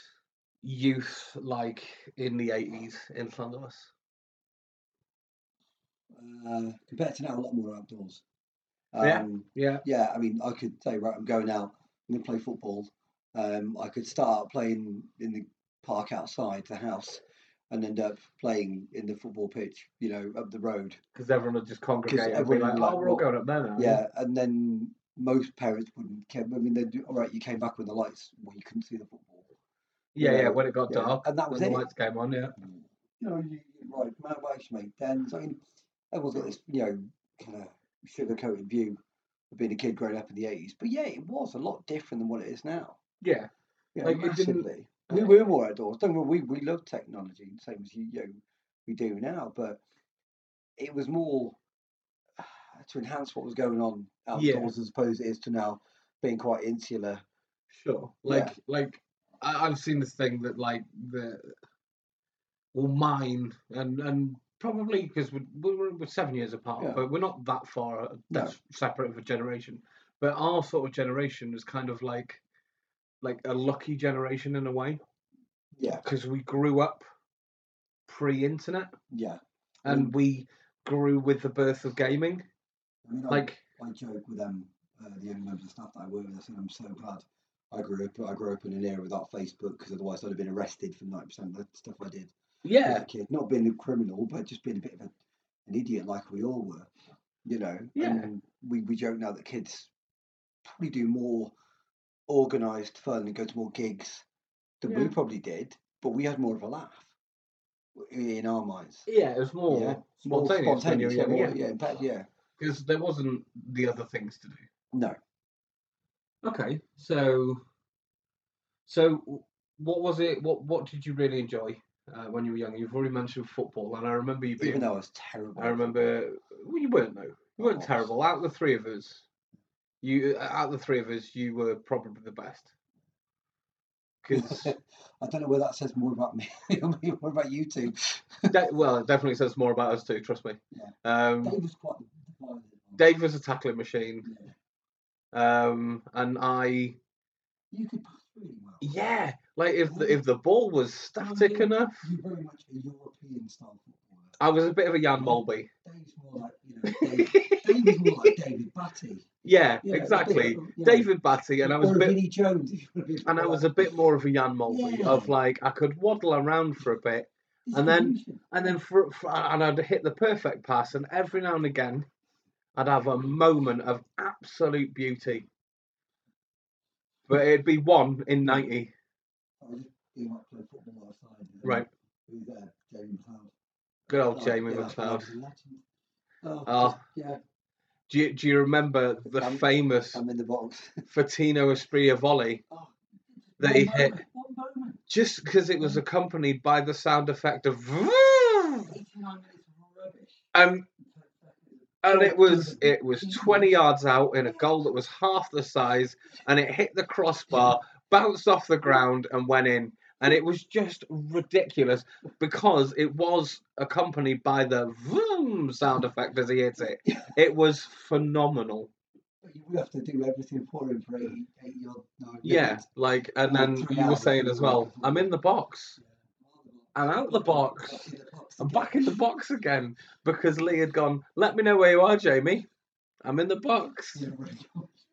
youth like in the 80s in Llandolis? Uh, compared to now, a lot more outdoors. Yeah. Um, Yeah. yeah, I mean, I could say, right, I'm going out, I'm going to play football. Um, I could start playing in the park outside the house and end up playing in the football pitch, you know, up the road. Because everyone would just congregate and be everyone like, would oh, like we're all walk- going up there now. Yeah, and then most parents wouldn't care. I mean, they'd do, all right, you came back when the lights, well, you couldn't see the football. Yeah, yeah. Yeah, when it got yeah, dark, and that was when it. the lights came on, yeah. You know, you, you ride motorbikes, you make dens. I mean, everyone's got this, you know, kind of sugar-coated view of being a kid growing up in the 80s. But yeah, it was a lot different than what it is now. Yeah. Yeah, Like, it didn't- massively. We were more outdoors. Don't worry, we, we love technology, the same as you, you know, we do now, but it was more uh, to enhance what was going on outdoors Yeah. as opposed it is to now being quite insular. Sure. Yeah. Like like I, I've seen this thing that like the well mine and and probably because we we were we're seven years apart, Yeah. but we're not that far uh, No. that's separate of a generation. But our sort of generation is kind of like like a lucky generation in a way Yeah, because we grew up pre-internet yeah. Mm. and we grew with the birth of gaming. I mean, Like I, I joke with them, uh, the young members of staff that I work with. I said, I'm so glad I grew up. I grew up in an era without Facebook because otherwise I'd have been arrested for 90% of the stuff I did as yeah, a kid. Not being a criminal, but just being a bit of a, an idiot like we all were. You know, Yeah. and we, we joke now that kids probably do more organised fun and go to more gigs than we Yeah. probably did, but we had more of a laugh w- in our minds. Yeah, it was more Yeah, More spontaneous. when you were spontaneous, yeah, younger, more- yeah, in fact, yeah. Because there wasn't the other things to do. No, Okay, so so w- what was it? What what did you really enjoy uh, when you were young? You've already mentioned football, and I remember you being. even though I was terrible. I remember well, you weren't though. You weren't Oh. terrible. Out of the three of us, you uh, out of the three of us, you were probably the best. Because I don't know whether that says more about me or more about you two. well, it definitely says more about us too. Trust me. Yeah. Um, Dave was quite. the- Dave was a tackling machine, Yeah. um, and I You could pass really well. yeah, like if the, if the ball was static yeah. enough, You're Um, very much a European style footballer. I was a bit of a Jan Yeah. Mulby. Dave's more like, you know, Dave, Dave was more like David Batty. Yeah, You know, a bit exactly. of- you know, David Batty, and I was a or bit, Vinnie Jones. if you wanna be and I was a polite. bit more of a Jan Mulby Yeah. of like I could waddle around for a bit, This and then- illusion. and then for, for and I'd hit the perfect pass, and every now and again, I'd have a moment of absolute beauty. But it'd be one in ninety, I was just being like playing football last night. and right? With uh, Jamie McLeod. Oh, Good old Jamie yeah, McLeod. he's a legend. Oh, Oh. just- yeah, Do you, do you remember the I'm- famous I'm in the box. Fatino Espria volley Oh, that one he hit? moment, One moment. just because it was accompanied by the sound effect of vroom, 89 minutes of rubbish. and and it was it was 20 yards out in a goal that was half the size and it hit the crossbar bounced off the ground and went in and it was just ridiculous because it was accompanied by the vroom sound effect as he hit it it was phenomenal But you would have to do everything for him for 88 eight odd nine yeah minutes. like and then you were saying as well i'm in the box I'm out the box. Back in the box I'm again. back in the box again because Lee had gone, let me know where you are, Jamie. I'm in the box. Yeah, right.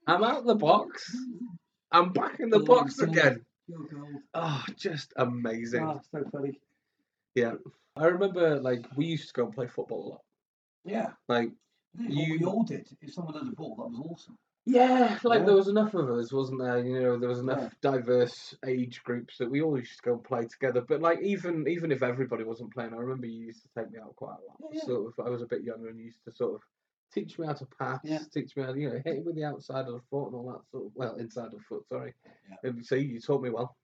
I'm out the box. I'm back in the Oh, box God. again. Your goal. Oh, just amazing. Ah, so funny. I remember, like, we used to go and play football a lot. Yeah. Like, This is You- what we all did. If someone had a ball, that was awesome. yeah, like Yeah. there was enough of us, wasn't there? You know, there was enough Yeah. diverse age groups that we all used to go and play together. But like, even even if everybody wasn't playing, I remember you used to take me out quite a lot. Yeah, yeah. Sort of, I was a bit younger and you used to sort of teach me how to pass, Yeah. teach me how to, you know hit it with the outside of the foot and all that sort. Of, well, inside of the foot, sorry. Yeah. And so you taught me well.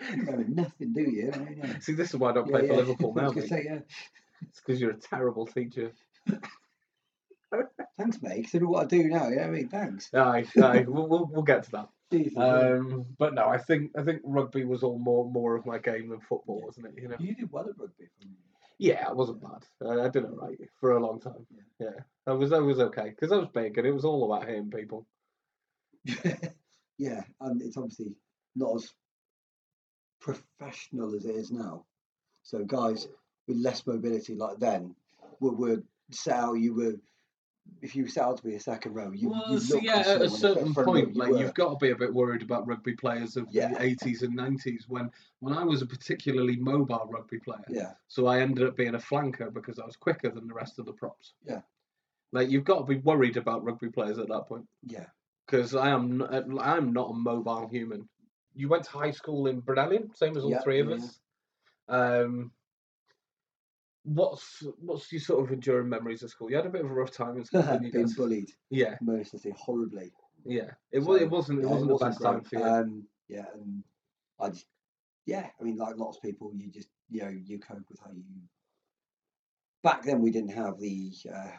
You know nothing, do you? I mean, yeah. See, this is why I don't Yeah, play for yeah. Liverpool I now. was gonna mate. say, yeah. It's because you're a terrible teacher. Thanks, mate. Consider what I do now. Yeah, I mean, thanks. Aye, aye. we'll, we'll we'll get to that. Jesus, yeah. Um, but no, I think I think rugby was all more more of my game than football, wasn't it? You know. you did well at rugby. For me. Yeah, I wasn't bad. Uh, I did all right for a long time. Yeah, I was I was okay because I was big and it was all about hitting people. yeah, and it's obviously not as professional as it is now. So guys with less mobility like then were, were set out. You were if you were set out to be a second row, you, you looked yeah, as at someone, a if certain front row point, you like were. you've got to be a bit worried about rugby players of Yeah. the eighties and nineties. When when I was a particularly mobile rugby player, yeah, so I ended up being a flanker because I was quicker than the rest of the props. Yeah. like you've got to be worried about rugby players at that point. yeah, because I am n- I'm not a mobile human. You went to high school in Brennan, same as all Yeah, three of yeah, us. Um, what's what's your sort of enduring memories of school? You had a bit of a rough time in school, didn't you? been guys? bullied Yeah, mercilessly, horribly. yeah. It was So, it wasn't it Yeah, wasn't the best time great. for you. Um, yeah, and I just, yeah, I mean, like lots of people, you just, you know, you cope with how you. Back then, we didn't have the uh,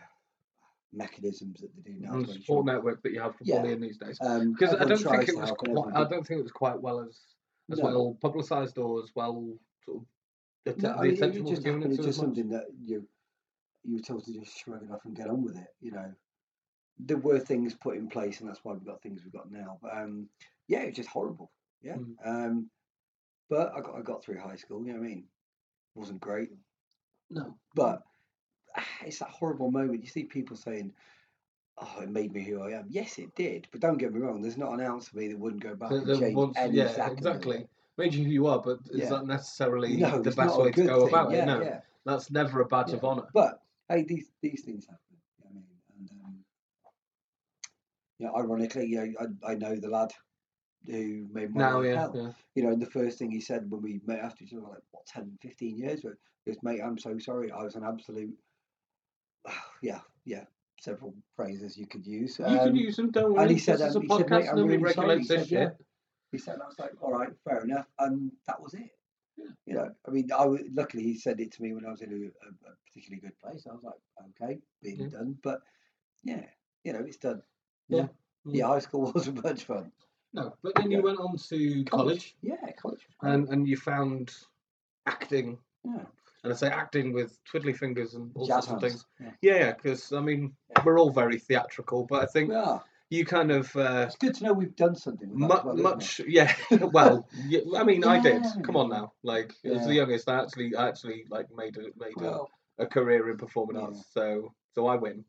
mechanisms that they do now. on to the make support sure- network that you have for Yeah. bullying these days. Um, Because I everyone don't tries think it to was help and quite, everyone I do- don't think it was quite well as as No. well publicised or as well sort of the, atten- No, I uh, the mean, it- attention it was just given happened. It's it to as just much. something that you you were told to just shrug it off and get on with it. You know, there were things put in place, and that's why we've got things we've got now. But um, yeah, it's just horrible. Yeah. Mm. Um, but I got I got through high school. You know what I mean? Wasn't great. No. But ah, it's that horrible moment. You see people saying, "Oh, it made me who I am." Yes, it did. But don't get me wrong. There's not an ounce of me that wouldn't go back The- and the change ones- any yeah, second of exactly. it. Made you who you are, but is Yeah. that necessarily No, the it's best not a way to good go thing. about yeah, it? No. Yeah. That's never a badge Yeah. of honour. But hey, these these things happen. You know what I mean, and um, you know, ironically, you know, I, I know the lad who made my now, life yeah, hell. yeah. You know, and the first thing he said when we met after each other, like, what, 10, 15 years ago, is, mate, I'm so sorry. I was an absolute, yeah, yeah, several phrases you could use. you Um, can use them. Don't worry. and he said, this is a um, he said, podcast. mate, I'm nobody really sorry. He regulates this said, yeah. shit. He said, and I was like, all right, fair enough. And that was it. Yeah. You know, I mean, I was, luckily he said it to me when I was in a, a, a particularly good place. I was like, okay, being Yeah. done. But yeah, you know, it's done. Yeah. Yeah. Yeah, high school was much fun. No, but then you Mm. Yeah. went on to college, Uh, Yeah, college was great. and and you found acting, yeah. and I say acting with twiddly fingers and all Jazz sorts of hands, things. yeah. Yeah, because I mean, Yeah. we're all very theatrical, but I think We are. you kind of. Uh, It's good to know we've done something with that Mu- as well, isn't it? much, yeah. Well, yeah, I mean, I did. Come on Yeah. now, like as the Yeah. youngest, I actually, I actually like made a made a, Well, a career in performing Yeah. arts. So, so I win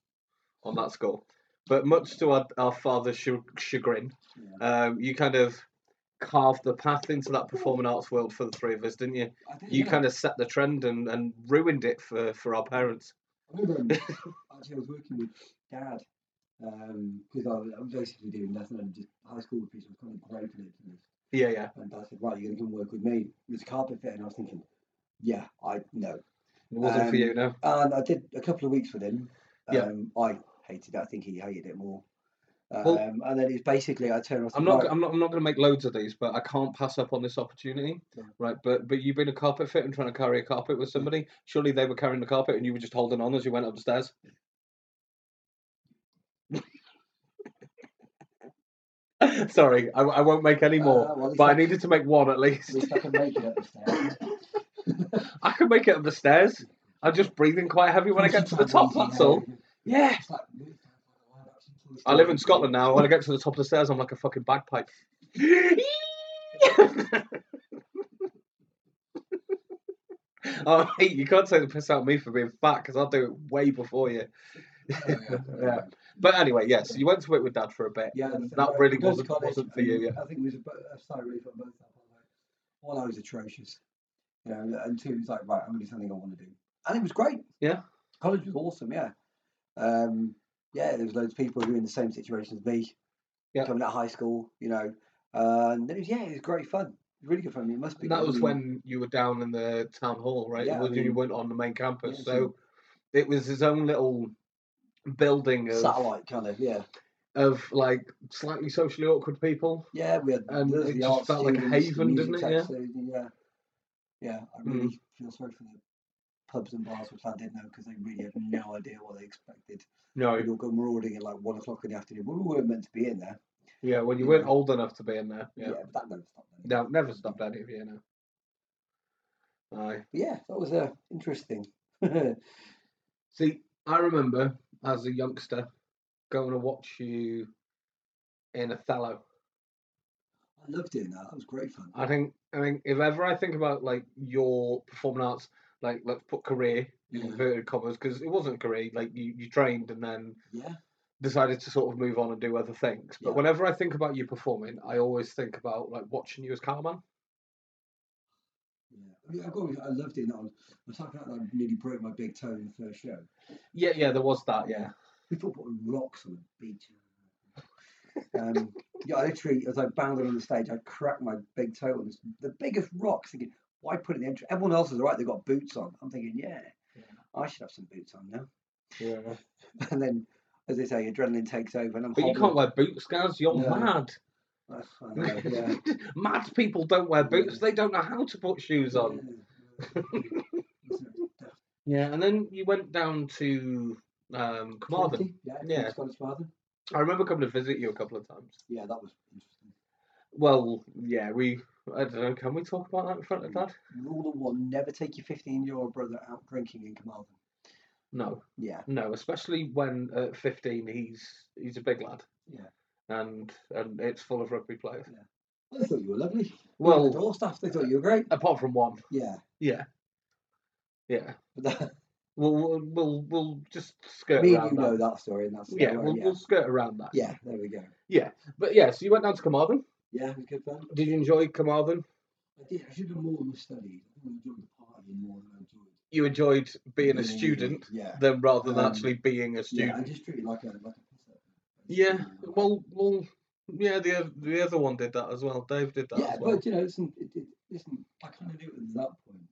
on that score. But much to our, our father's chag- chagrin, yeah. um, you kind of carved the path into that performing arts world for the three of us, didn't you? I did, You yeah. kind of set the trend and, and ruined it for, for our parents. I remember um, actually I was working with Dad because I was I was basically doing nothing and just high school with people. I was kind of great for it. And Yeah, yeah. and Dad said, right, you're going to come work with me. It was a carpet fit. And I was thinking, yeah, I know. It wasn't Um, for you, no. And I did a couple of weeks with him. Yeah. Um, I hated it. I think he hated it more. Um, Well- and then it's basically I turned off. I'm not, I'm not, I'm not going to make loads of these, but I can't pass up on this opportunity, Yeah. right? But, but you've been a carpet fit and trying to carry a carpet with somebody. Surely they were carrying the carpet and you were just holding on as you went up the stairs. Sorry, I, I won't make any more, Uh, well, at least but I I- needed to make one at At least. least I can make it up the stairs. I can make it up the stairs. I'm just breathing quite heavy when I get to the top. That's all. Yeah. It's like, move down like a lad, actually, till the I live in stairs. Scotland now. When I get to the top of the stairs, I'm like a fucking bagpipe. oh, mate, you can't take the piss out of me for being fat because I'll do it way before you. Oh, Yeah. But anyway, yes, you went to work with dad for a bit. Yeah, and so that I really go to wasn't, college wasn't for and you. Yeah. I think it was a, bo- a sigh of relief on both sides. One, I was atrocious, you know, and two, it was like, right, I'm going to do something I want to do, and it was great. Yeah. college was awesome. Yeah, um, yeah, there was loads of people who were in the same situation as me, Yeah. coming out of high school, you know, uh, and it was yeah, it was great fun, really good fun. It must be. And that was um, when you were down in the town hall, right? Yeah, I It was when you mean- weren't on the main campus. Yeah, so it was his own little building of, satellite kind of yeah, of like slightly socially awkward people. yeah. We had And there's it the just art felt like a students, the haven, didn't music it? Yeah. tech student, yeah, yeah. I Mm. really feel sorry for the pubs and bars which I didn't know because they really had no idea what they expected. No, We'd all go marauding at like one o'clock in the afternoon. We weren't meant to be in there. Yeah, well, you Yeah. weren't old enough to be in there. Yeah. but that never stopped. then. No, never stopped any of you now. Aye. But yeah, that was uh, interesting. yeah, See, I remember as a youngster going to watch you in Othello. I loved doing that. That was great fun. I think, I mean, if ever I think about like your performing arts, like let's put career in Yeah. inverted commas because it wasn't a career. Like you, you trained and then Yeah, decided to sort of move on and do other things. But Yeah. whenever I think about you performing, I always think about like watching you as Carman. yeah. I mean, I've got. to be- I loved doing that. one. I was talking about that. I nearly broke my big toe in the first show. Yeah, yeah, there was that. Yeah. We thought putting rocks on the beach. Um, yeah, I literally, as I bounded on the stage, I cracked my big toe on this, the biggest rocks. Thinking, why put it in the entrance? Everyone else is all right, they've got boots on. I'm thinking, yeah, Yeah. I should have some boots on now. Yeah. And then, as they say, adrenaline takes over, and I'm But you can't wear boots, guys. You're No. mad. can't yeah. Mad people don't wear boots. Yeah. They don't know how to put shoes on. Yeah, and then you went down to um, Carmarthen. Yeah, Yeah. Scottish Marvin. I remember coming to visit you a couple of times. Yeah, that was interesting. Well, yeah, we. I don't know. Can we talk about that in front of Dad? Rule of one: never take your 15-year-old brother out drinking in Carmarthen. No, Yeah, no. Especially when at fifteen, he's he's a big lad. Yeah. And and it's full of rugby players. I thought you were lovely. Well, the Well, door staff, they thought you were great. apart from one. Yeah, Yeah. Yeah. but that, We'll we'll we'll, we'll just skirt me and around you that. know that story, and that's Yeah, yeah, we'll, yeah. we'll skirt around that. yeah, there we go. But yeah, so you went down to Carmarthen. Yeah, it was good fun. Did you enjoy Carmarthen? I did. I should have more than studied. I think I enjoyed the party more than I enjoyed You enjoyed being a with it. student Yeah. then rather than Mm. Um, actually being a Yeah, I student. just treat it like a like a piss up. Yeah. Well, well. Yeah, the oth- the other one did that as well. Dave did that yeah, as well. but you know, listen, it, it, listen I kind of knew it was that point.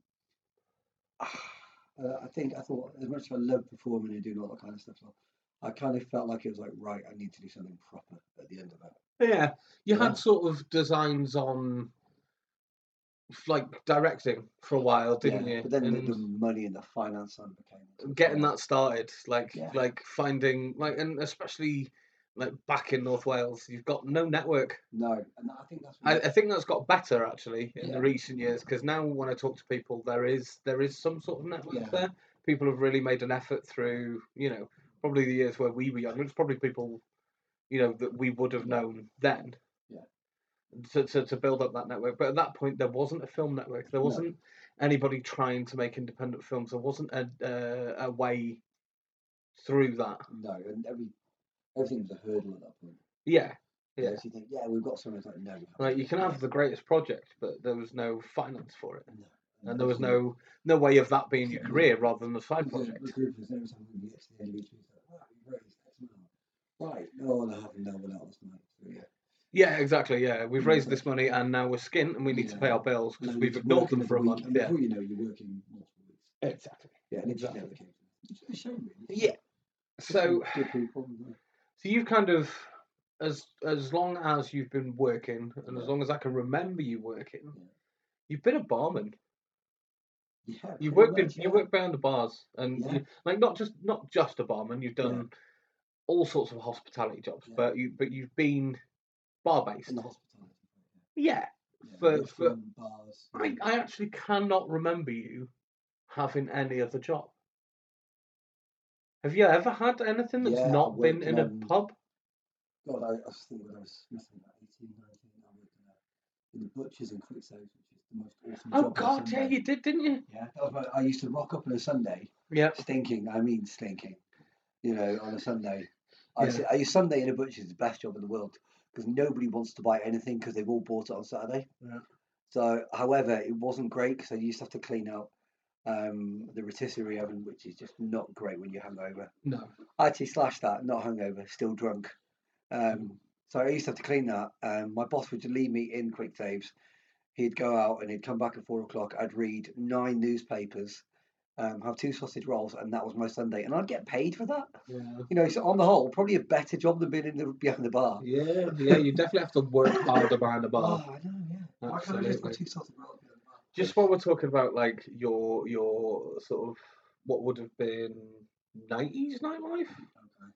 Uh, I think I thought, as much as I love performing and doing all that kind of stuff, I kind of felt like it was like, right, I need to do something proper at the end of it. Yeah, you Yeah. had sort of designs on, f- like directing for a while, didn't yeah, you? But then And- the, the money and the finance side became getting that started, like Yeah. like finding like and especially like back in North Wales, you've got no network. No, and I think that's. I, I think that's got better actually in Yeah. the recent years because now when I talk to people, there is there is some sort of network Yeah. there. People have really made an effort through you know probably the years where we were young. It's probably people you know that we would have known then. Yeah. To, to, to build up that network, but at that point there wasn't a film network. There No. wasn't anybody trying to make independent films. There wasn't a uh, a way through that. no, and every everything was a hurdle at that point. Yeah, Yeah. Yeah. you think, yeah, we've got something it's like no. we haven't. like you can have the greatest project, but there was no finance for it, No. and there was everything- no no way of that being your Yeah. career rather than a side the- The project. group has never something we get to the end of each week. Like, wow, you raised X amount. Right, no one happened, no one else. No. So, yeah. Yeah, exactly. Yeah, we've Yeah. raised this money, and now we're skint, and we need to pay Yeah. our bills And because then we've you're ignored working them for a every month. week, And Yeah, before you know, you're working multiple weeks. exactly. Yeah, and Exactly. It's, just never came to- it's a shame, really. Yeah. It's just So, good people. uh, you know. so you've kind of as as long as you've been working, and as Yeah. long as I can remember you working, Yeah. you've been a barman. Yeah, pretty You worked in, much, you yeah. worked behind the bars, and Yeah. you, like not just not just a barman. You've Yeah. done all sorts of hospitality jobs, Yeah. but you but you've been bar in based. the hospitality. Yeah, Yeah, For- restaurant, for- bars. I yeah. I actually cannot remember you having any other job. Have you ever had anything that's Yeah, I not been worked in a in, um, pub? God, I, I think when I was missing about 18, 19, I worked in, a, in the butchers and quick sales, which is the most awesome Oh job. on a God, yeah, Sunday. you did, didn't you? Yeah, that was my, I used to rock up on a Sunday, Yeah, stinking. I mean, stinking. You know, on a Sunday. I Yeah. say, I Sunday in a butcher is the best job in the world because nobody wants to buy anything because they've all bought it on Saturday. Yeah. So, however, it wasn't great because I used to have to clean out um, the rotisserie oven, which is just not great when you're hungover. no, I actually slashed that, not hungover, still drunk. Um, so I used to have to clean that. Um, my boss would leave me in quick saves. He'd go out and he'd come back at four o'clock. I'd read nine newspapers, um, have two sausage rolls, and that was my Sunday. And I'd get paid for that. yeah, You know, so on the whole, probably a better job than being in the, behind the bar. yeah, yeah. You definitely have to work harder behind the bar. Oh, I know, yeah. Why can't I just have Absolutely. two sausage rolls behind the bar? Just while we're talking about like your your sort of what would have been nineties nightlife. Okay.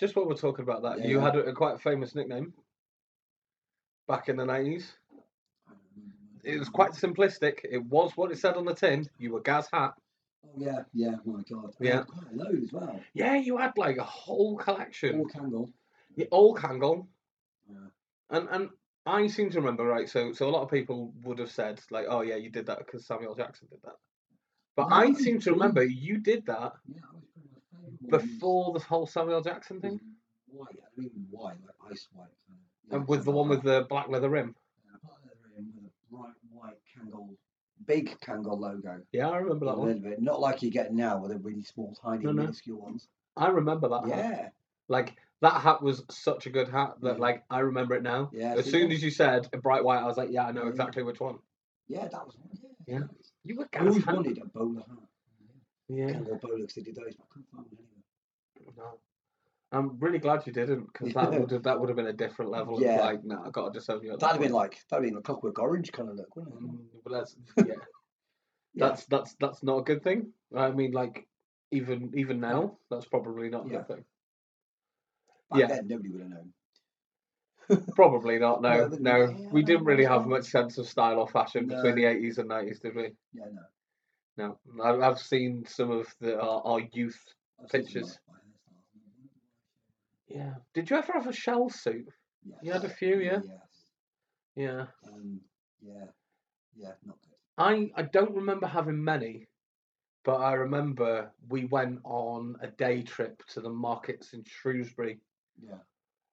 Just while we're talking about that, you Yeah. had a, a quite famous nickname back in the nineties. I don't remember. It was quite simplistic. It was what it said on the tin. You were Gaz Hat. Oh, yeah, yeah, my God. I Yeah. had Quite a load as well. Yeah, you had like a whole collection. All Kangle. Yeah, all Kangol. Yeah. And and I seem to remember right. So so a lot of people would have said like, oh yeah, you did that because Samuel Jackson did that. But No, I I seem to didn't. remember you did that Yeah, I was pretty much favourable. before the whole Samuel Jackson thing, White, I mean white, like ice white. Kind of, and with the one with the black leather rim. with a bright white Kangol, big Kangol logo. Yeah, I remember A that one. little bit, not like you get now with the really small, tiny, No, no. minuscule ones. I remember that. Hat. Yeah, Like that hat was such a good hat that Yeah. like I remember it now. Yeah, As see, soon that- as you said bright white, I was like, yeah, I know Yeah. exactly which one. yeah, that was one. Yeah. Yeah, You were I always Gaz Hat. wanted a bowler hat. Yeah. Kangol bowler because they did those, but I couldn't find one anywhere. No. I'm really glad you didn't, because that would have that would have been a different level. of Yeah. like, nah, I gotta disown you. That'd at that have been point." like that'd have been a Clockwork Orange kind of look, wouldn't it? Mm, but that's yeah, Yeah. that's that's that's not a good thing. I mean, like even even now, that's probably not a Yeah. good thing. Back yeah. then, nobody would have known. Probably not. No, Well, then, no, yeah, we no, didn't really that's have fine. much sense of style or fashion between No. the eighties and nineties, did we? Yeah, no. No, I, I've seen some of the our, our youth. I've seen some Pictures. like my hairstyles, and I wonder why Yeah. Did you ever have a shell suit? I should- You had a few, yeah? Yes. Yeah. Um, yeah, yeah, not good. I I don't remember having many, but I remember we went on a day trip to the markets in Shrewsbury, Yeah,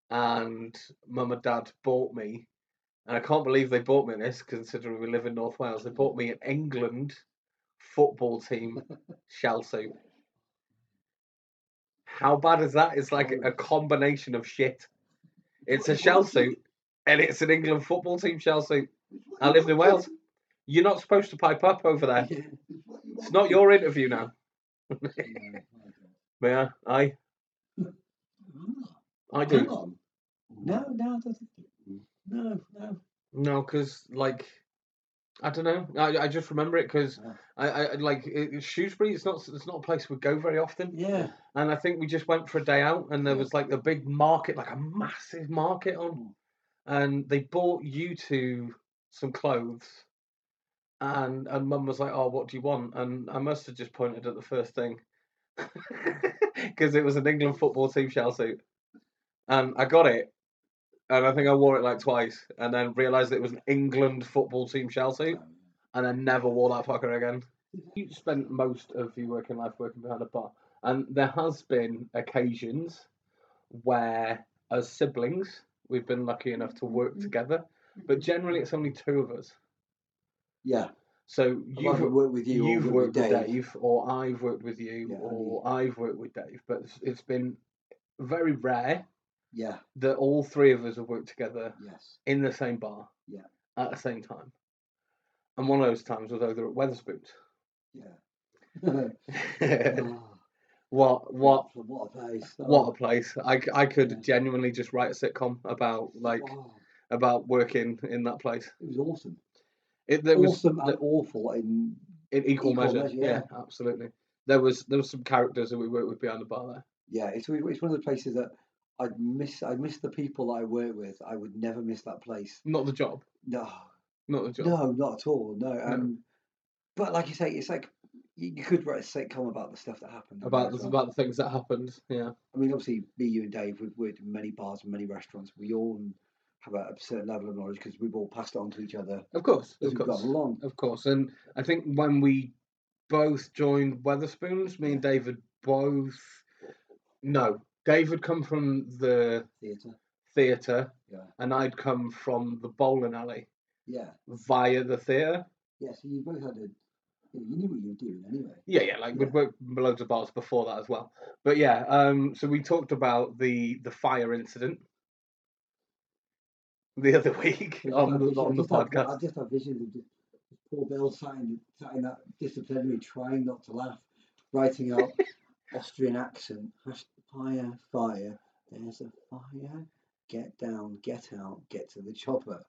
and mum and dad bought me, and I can't believe they bought me this considering we live in North Wales. They bought me an England football team shell suit. How bad is that? It's like a combination of shit. It's a shell suit, and it's an England football team shell suit. I lived in Wales. You're not supposed to pipe up over there. It's not your interview now. Yeah, I, I Hang do. on. No, no, I don't think it- no, no. No, because like, I don't know. I, I just remember it because Yeah. I, I like it, Shrewsbury. It's not it's not a place we go very often. Yeah. And I think we just went for a day out, and there was like a big market, like a massive market on. And they bought you two some clothes. And and mum was like, Oh, what do you want? And I must have just pointed at the first thing. Because it was an England football team shell suit. And I got it. And I think I wore it like twice. And then realised it was an England football team shell suit. And I never wore that fucker again. You spent most of your working life working behind a bar. And there has been occasions where, as siblings, we've been lucky enough to work together, but generally it's only two of us. Yeah. So You've you've worked with you. or you've worked with Dave. Dave, or I've worked with you, Yeah, I or I've worked with Dave. But it's, it's been very rare Yeah. that all three of us have worked together Yes. in the same bar, Yeah. at the same time. And one of those times was over at Weatherspoons. Yeah. Oh, Ah, what what What a place. oh, what a place i, c- I could Yeah. genuinely just write a sitcom about like wow, about working in that place oh, It was awesome. it there was awesome the- and awful in in equal, equal measure, measure, yeah. absolutely there was there was some characters that we worked with behind the bar there yeah. It's it's one of the places that I'd miss. I miss the people that I work with. I would never miss that place. not the job No, not the job no, not at all. No. Um, but like you say, it's like you, you could write a sitcom about the stuff that happened. in about those the, restaurants. about the things that happened yeah I mean, obviously, me, you, and Dave would worked in many bars and many restaurants. We all have a certain level of knowledge because we've all passed it on to each other of course as of we've gone course along. of course and i think when we both joined weatherspoons me and david both no david come from the Theatre. theatre Yeah. and i'd come from the bowling alley Yeah. via the theatre. Yeah. So you both had a. You, know, you knew what you were doing anyway. Yeah, yeah, like Yeah. we'd worked loads of bars before that as well. But yeah, um, so we talked about the the fire incident the other week Oh, But on I've the, just- I've on the just had- podcast. I've just had visions of just poor Bill sat in, sat in that disciplinary, trying not to laugh, writing out Austrian accent, hash- fire, fire, there's a fire, get down, get out, get to the chopper.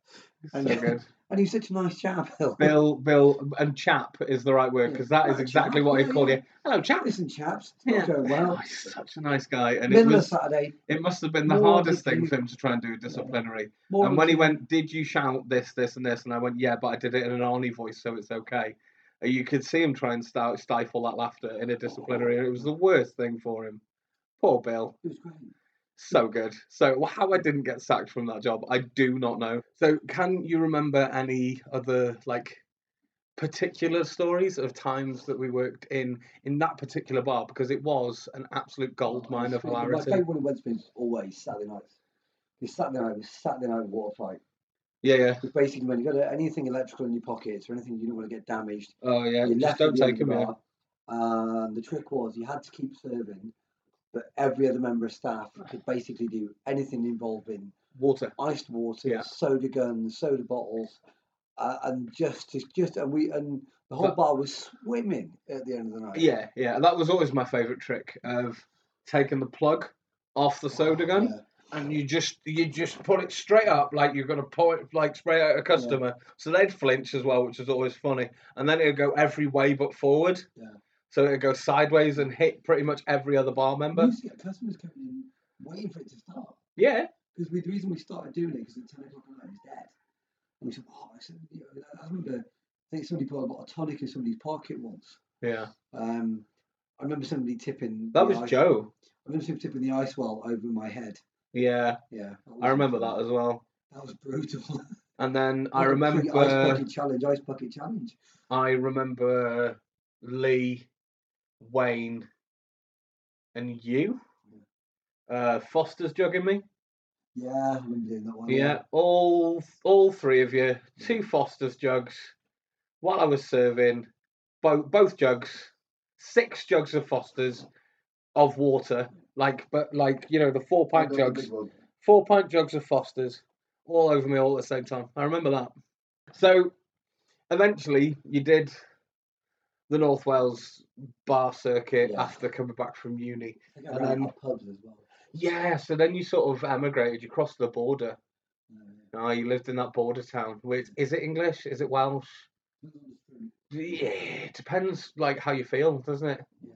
So And, good. and he's such a nice chap, Bill. Bill, Bill, and chap is the right word Yeah. because that is Right, exactly chap. what Yeah, he'd call yeah. you. Hello, chap. Listen, chaps, it's Yeah. not going well. Oh, he's such a nice guy, and it Middle was of Saturday, it must have been the more hardest did thing you- for him to try and do a disciplinary. more and when he routine. went, did you shout this, this, and this? And I went, yeah, but I did it in an Arnie voice, so it's okay. And you could see him try and sta- stifle that laughter in a disciplinary, and it was the worst thing for him. Poor Bill. It was great. So good. So how I didn't get sacked from that job, I do not know. So can you remember any other like particular stories of times that we worked in in that particular bar because it was an absolute gold mine of My hilarity. favourite one in Wednesday is always Saturday nights. Because Saturday night was Saturday night water fight. Yeah, yeah. It's basically when you've got anything electrical in your pockets or anything you don't want to get damaged, Oh yeah. you Just left don't at the end take of him. the Yeah. bar. Um, the trick was you had to keep serving, but every other member of staff could basically do anything involving Water. iced water, Yeah. soda guns, soda bottles, uh, and just just- just and we and the whole But- bar was swimming at the end of the night. Yeah, yeah. That was always my favourite trick of taking the plug off the soda Oh, gun yeah. and you just you just put it straight up like you're gonna pour it like spray out a customer. So they'd flinch as well, which is always funny. And then it'd go every way but forward. Yeah. So it'd go sideways and hit pretty much every other bar We member. used to get customers coming in waiting for it to start Yeah. because we, the reason we started doing it because at ten o'clock at night it was dead. And we said, "Wow!" I, said, you know, I remember I think somebody put a bottle of tonic in somebody's pocket once. Yeah. Um, I remember somebody tipping. That the was ice- Joe. I remember somebody tipping the ice well over my head. Yeah. Yeah, I wasn't remember fun. that as well. That was brutal. And then I Ice remember uh, bucket- ice bucket challenge, ice bucket challenge. I remember Lee, Wayne, and you. Uh, Foster's jugging me. Yeah, I remember doing that one. Oh, Yeah, Mm. all all three of you. Two Foster's jugs. While I was serving, both both jugs, six jugs of Foster's of water, Like, but like you know, the four pint I've got the jugs, big one. four pint jugs of Fosters, all over me all at the same time. I remember that. So, eventually, you did the North Wales bar circuit Yeah. after coming back from uni. I think I And ran out then- of pubs as well. Yeah. So then you sort of emigrated. You crossed the border. Uh, Yeah, yeah. Ah, you lived in that border town. Which is it English? Is it Welsh? Lived on the street, Yeah, it depends like how you feel, doesn't it? yeah.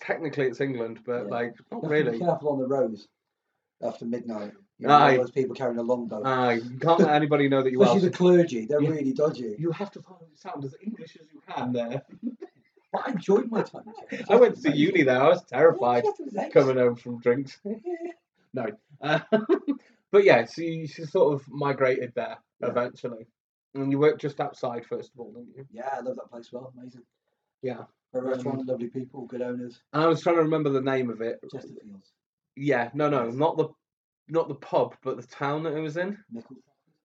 Technically, it's England, but Yeah. like You have not to Be really. careful on the roads after midnight. You know, Aye. all those people carrying a longbow. Ah, you can't let anybody know that you Especially are. the clergy, they're Yeah. really dodgy. You have to find it sound as English as you can. There, But I enjoyed my time. in I went to Chester. uni there. I was Yeah, terrified Chester was ace. coming home from drinks. Yeah. Uh, but yeah, so you s- sort of migrated there Yeah. eventually, and you worked just outside first of all, didn't you? Yeah, I love that place well. Amazing. Yeah. Great restaurant, lovely people, good owners. And I was trying to remember the name of it. Chesterfields. Yeah, no, no, not the, not the pub, but the town that it was in. Nickel.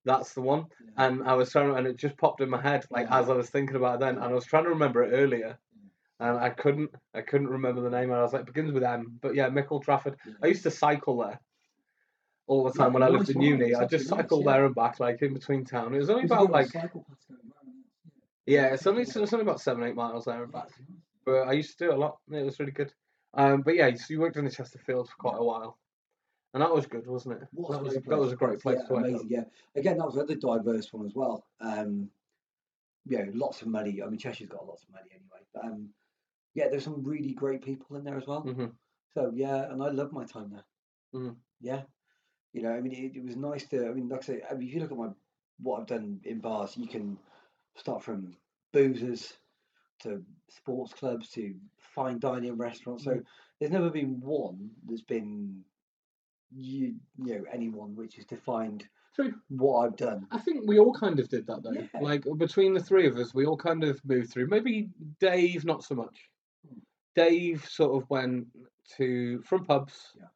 That's the one. Yeah. and I was trying, to- and it just popped in my head like Yeah. as I was thinking about it then, and I was trying to remember it earlier, and I couldn't, I couldn't remember the name, and I was like, it begins with M, but yeah, Mickle Trafford. I Yeah. used to cycle there all the Yeah, time when I lived nice in one, uni. it's I just actually nice, cycled yeah. there and back, like in between town. It was only Because you about got like, cycle paths going round, yeah, it's only it's only about seven, eight miles there and yeah. back. But I used to do it a lot. and It was really good. Um, but yeah, so you worked in the Chesterfield for quite a while, and that was good, wasn't it? What that was great that was a great place yeah, to work. amazing, yeah. Again, that was another diverse one as well. Um, you know, lots of money. I mean, Cheshire's got lots of money anyway. But, um, yeah, there's some really great people in there as well. Mm-hmm. So yeah, and I loved my time there. Mhm. Yeah, you know, I mean, it, it was nice to. I mean, like I say, I mean, if you look at my what I've done in bars, you can start from boozers to sports clubs to fine dining restaurants. So Mm-hmm. there's never been one that's been you you know anyone which has defined True. what I've done. I think we all kind of did that though. Yeah. Like between the three of us, we all kind of moved through. Maybe Dave not so much. Hmm. Dave sort of went to from pubs Yeah.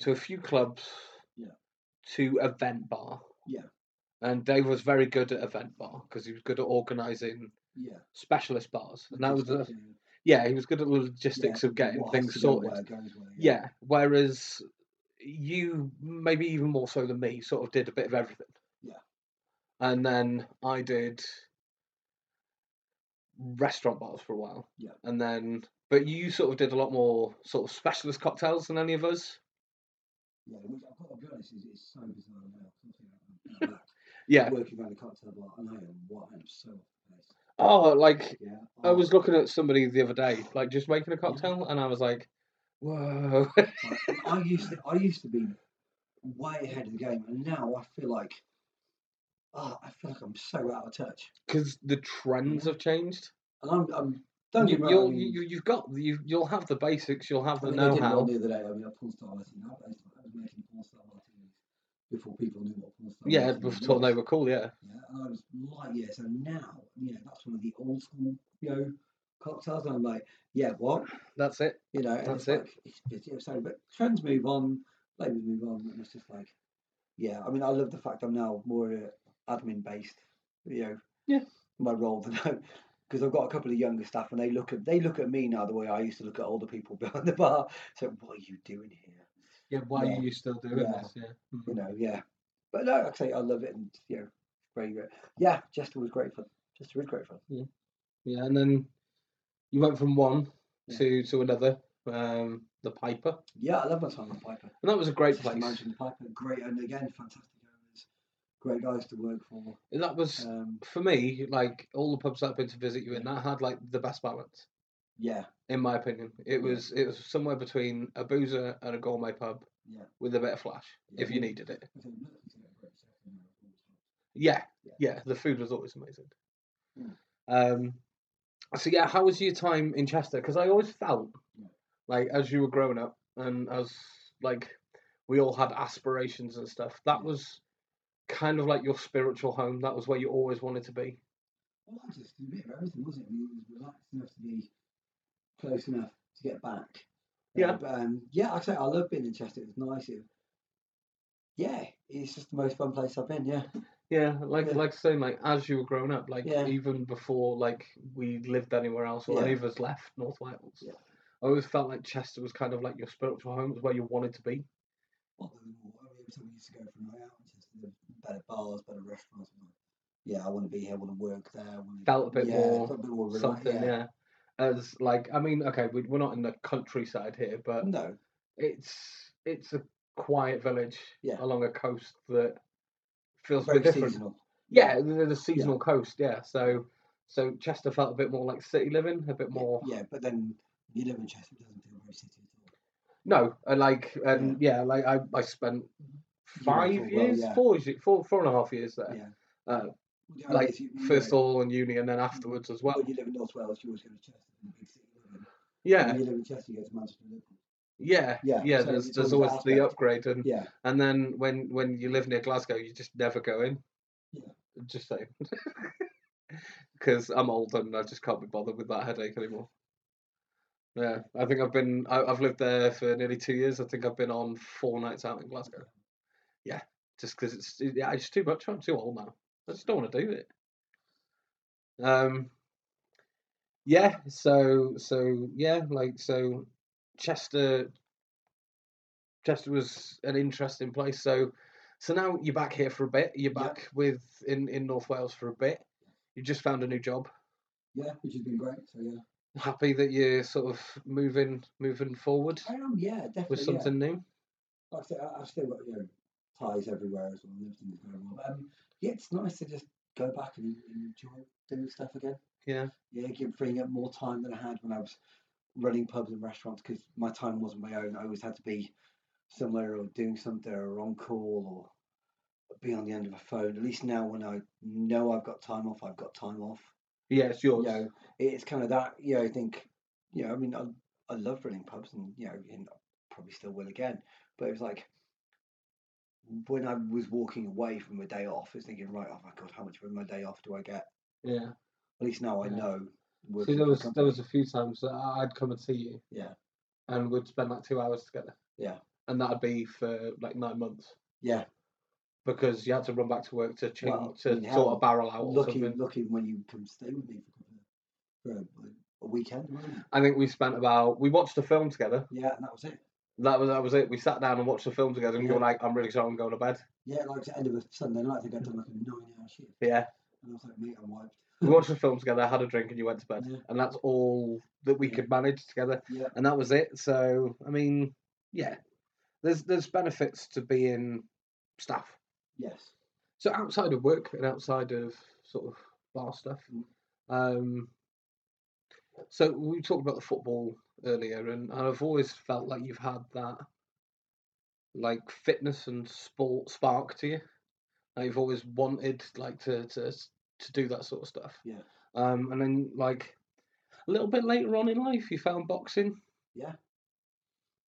to a few clubs Yeah. to event bar. Yeah. And Dave was very good at event bar because he was good at organising Yeah, specialist bars. And that was the, logistics and- yeah, he was good at the yeah, logistics of getting what has things to go sorted. where goes where, Yeah. Whereas you, maybe even more so than me, sort of did a bit of everything. Yeah. And then I did restaurant bars for a while. Yeah. And then, but you sort of did a lot more sort of specialist cocktails than any of us. Yeah, which I've got to be honest, is it's so bizarre now. 'cause obviously I'm- I'm Yeah. working around a cocktail bar, and I am what I am so off the pace. Oh, like Yeah, I was looking at somebody the other day, like just making a cocktail, and I was like, whoa. I- I used to, I used to be way ahead of the game, and now I feel like, ah, I feel like I'm so out of touch. Because the trends have changed. And I'm, I'm don't you, get me wrong. I you'll, mean, you, you've got, you, you'll have the basics, you'll have I the mean, I know did how. one the other day. I mean, a porn star lesson. I was, I was making porn star martinis before people knew what porn star Yeah, martinis before was. they were cool, yeah. Yeah, and I was like, yeah, so now, you know, that's one of the old school, you know, cocktails. And I'm like, yeah, what? That's it. You know, and it's That's it. like, it's busy, it's so- but trends move on, labels move on, and it's just like, yeah, I mean, I love the fact I'm now more uh, admin based, you know, Yeah. my role than I. Because I've got a couple of younger staff, and they look at they look at me now the way I used to look at older people behind the bar. So what are you doing here? Yeah, why Yeah. are you still doing Yeah. this? Yeah. you Mhm. know, yeah. But no, like I say, I love it, and you know, very great. Yeah, Jester was great fun. Jester was great fun. Yeah, and then you went from one Yeah. to to another, um, the Piper, Yeah, I love my time with Piper. and that was a great Just the place. mansion with Piper, great, and again, fantastic owners, great guys to work for. That was Um, for me like all the pubs that I've been to visit you in. That had like the best balance, yeah, in my opinion. It Yeah. was it was somewhere between a boozer and a gourmet pub yeah. with a bit of flash Yeah. if you needed it. I think look, we can get a great chef in there all the time. Yeah, Yeah. yeah. The food was always amazing. Mm. Um, so yeah, how was your time in Chester? Because I always felt Yeah. like as you were growing up and as like we all had aspirations and stuff. That Yeah. was kind of like your spiritual home. That was where you always wanted to be. Well, I just did a bit of everything, wasn't it? I mean, it was relaxed enough to be close enough to get back. You know, Yeah. but, um, yeah, like I say, I love being in Chester. It was nice. It, yeah, it's just the most fun place I've been, yeah. Yeah, like Yeah. like I say, like as you were growing up, like Yeah. even before like we lived anywhere else or Yeah. any of us left North Wales. Yeah. I always felt like Chester was kind of like your spiritual home, it's where you wanted to be. Well, there was more- I mean, every time we used to go for a night out, it's just the better bars, better restaurants. and like, yeah, I want to be here. I want to work there. I wanna, Felt a bit yeah, more felt a bit more relaxed, something, yeah. yeah. As like, I mean, okay, we, we're not in the countryside here, but No, it's it's a quiet village Yeah. along a coast that feels a very bit different. seasonal. Yeah, the- the, the seasonal coast. Yeah, so so Chester felt a bit more like city living, a bit Yeah, more. Yeah, but then you live in Chester, it doesn't feel very city at all. No, uh, like um, yeah. like I, I spent were for five a while, years, yeah. four years, four four and a half years there. Yeah. Uh, The only like place you- you first know, all in uni and then afterwards as well. When Mm. you live in North Wales, you always go to Chester, the big city. living. Yeah, When you live in Chester, you go to Manchester. Liverpool. yeah, yeah. Yeah, so there's it's there's all always about the aspect. upgrade, and Yeah, and then when when you live near Glasgow, you just never go in. Yeah. Just saying. Because I'm old and I just can't be bothered with that headache anymore. Yeah, I think I've been I, I've lived there for nearly two years. I think I've been on four nights out in Glasgow. Yeah, just because it's yeah, it's too much. I'm too old now. I just don't want to do it. Um. Yeah. So so yeah, like so, Chester. Chester was an interesting place. So so now you're back here for a bit. You're Yeah. back with in in North Wales for a bit. You just found a new job. yeah, which has been great. So yeah, Happy that you're sort of moving moving forward I am. Yeah, definitely. with yeah. something new. like I said, I- I've still got you know ties everywhere as well, and everything's going well. But um, yeah, it's nice to just go back and enjoy doing stuff again. Yeah. Yeah, give, freeing up more time than I had when I was running pubs and restaurants because my time wasn't my own. I always had to be somewhere or doing something or on call or be on the end of a phone. At least now, when I know I've got time off, I've got time off. Yeah, it's yours. You know, it's kind of that. You know, I think. You know, I mean, I, I love running pubs, and you know, and I probably still will again. But it was like when I was walking away from a day off, I was thinking, right, oh my god, how much of my day off do I get? Yeah. At least now I Yeah. know. See, working there for a was there company. was a few times that I- I'd come and see you, Yeah. and we'd spend like two hours together. Yeah. And that'd be for like nine months yeah, because you had to run back to work to change Well, to I mean, sort hell, a barrel out or lucky, something. lucky when you come stay with me for a couple of- for a, a weekend, wasn't it? I think we spent about we watched a film together. Yeah, and that was it. That was that was it. We sat down and watched the film together, and you were Yeah. like, "I'm really sorry, I'm going to bed." Yeah, like the end of a Sunday night, I think I'd done like a nine-hour shift, Yeah. and I was like, mate, I'm wiped. We watched the film together, had a drink, and you went to bed, Yeah. and that's all that we Yeah. could manage together, Yeah, and that was it. So I mean, yeah, there's there's benefits to being staff. yes, so outside of work and outside of sort of bar stuff Mm. um so we talked about the football earlier and i've always felt like you've had that like fitness and sport spark to you like you've always wanted like to to to do that sort of stuff Yeah. um and then like a little bit later on in life you found boxing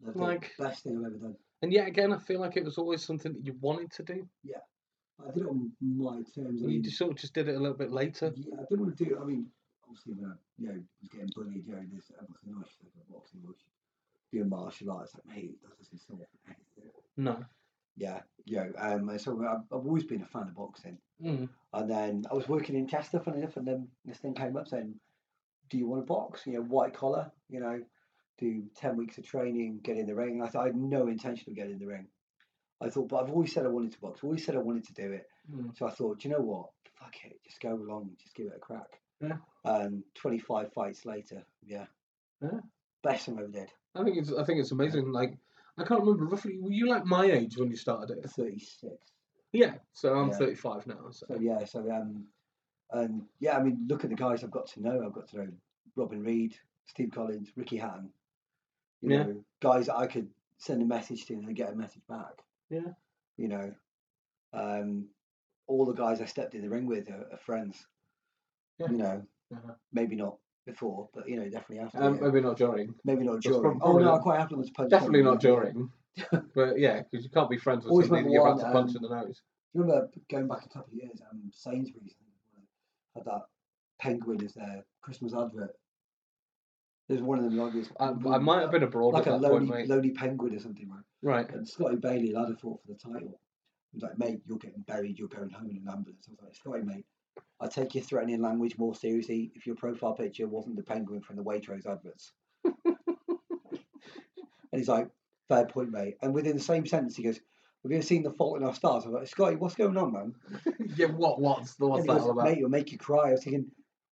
Loved it. Like- best thing I've ever done. and yet again i feel like it was always something that you wanted to do I did it on my terms. I you mean, just sort of just did it a little bit later Yeah, I didn't want to do. I mean, obviously, when I you know was getting bullied, you know, this I was a nice thing about boxing was doing martial arts. Like, mate, that doesn't solve anything. no Yeah, yeah. Um, and so I've, I've always been a fan of boxing. mm. And then I was working in Chester, funny enough, and then this thing came up saying, "Do you want to box? You know, white collar. You know, do ten weeks of training, get in the ring." I thought I had no intention of getting in the ring. I thought, but I've always said I wanted to box. Always said I wanted to do it. Mm. So I thought, "Do you know what? Fuck it, just go along, just give it a crack. Yeah. Um, 25 fights later, yeah. Yeah. Best I ever did. I think it's I think it's amazing. Like I can't remember roughly. Were you like my age when you started it? 36. Yeah. So I'm Yeah. 35 now. So So yeah, so um, and yeah, I mean, look at the guys I've got to know. I've got to know Robin Reed, Steve Collins, Ricky Hatton. You Yeah. know, guys that I could send a message to and they get a message back. Yeah. You know, um, all the guys I stepped in the ring with are, are friends. Yeah. You know, Uh-huh. maybe not before, but you know, definitely after. um, yeah. maybe not during. Maybe not That's during. prob- Oh probably no, I not- quite happy with punch. Definitely not during. Do during. but yeah, because you can't be friends with Always somebody that remember you've one, had to punch um, in the nose. you remember going back a couple of years? Um, Sainsbury's I think, had that penguin as their Christmas advert. There's one of them like this. I, I might have been abroad Mm-hmm. like a at that point, lonely, mate. lonely penguin or something, right? Right. And Scotty Bailey, lad, I fought for the title. He was like, mate, you're getting buried. You're going home in an ambulance. I was like, Scotty, mate, I take your threatening language more seriously if your profile picture wasn't the penguin from the Waitrose adverts. And he's like, fair point, mate. And within the same sentence, he goes, have you ever seen The Fault in Our Stars? I'm like, Scotty, what's going on, man? yeah, what? What's the what's And he that goes, all about? Mate, it'll make you cry. I was thinking,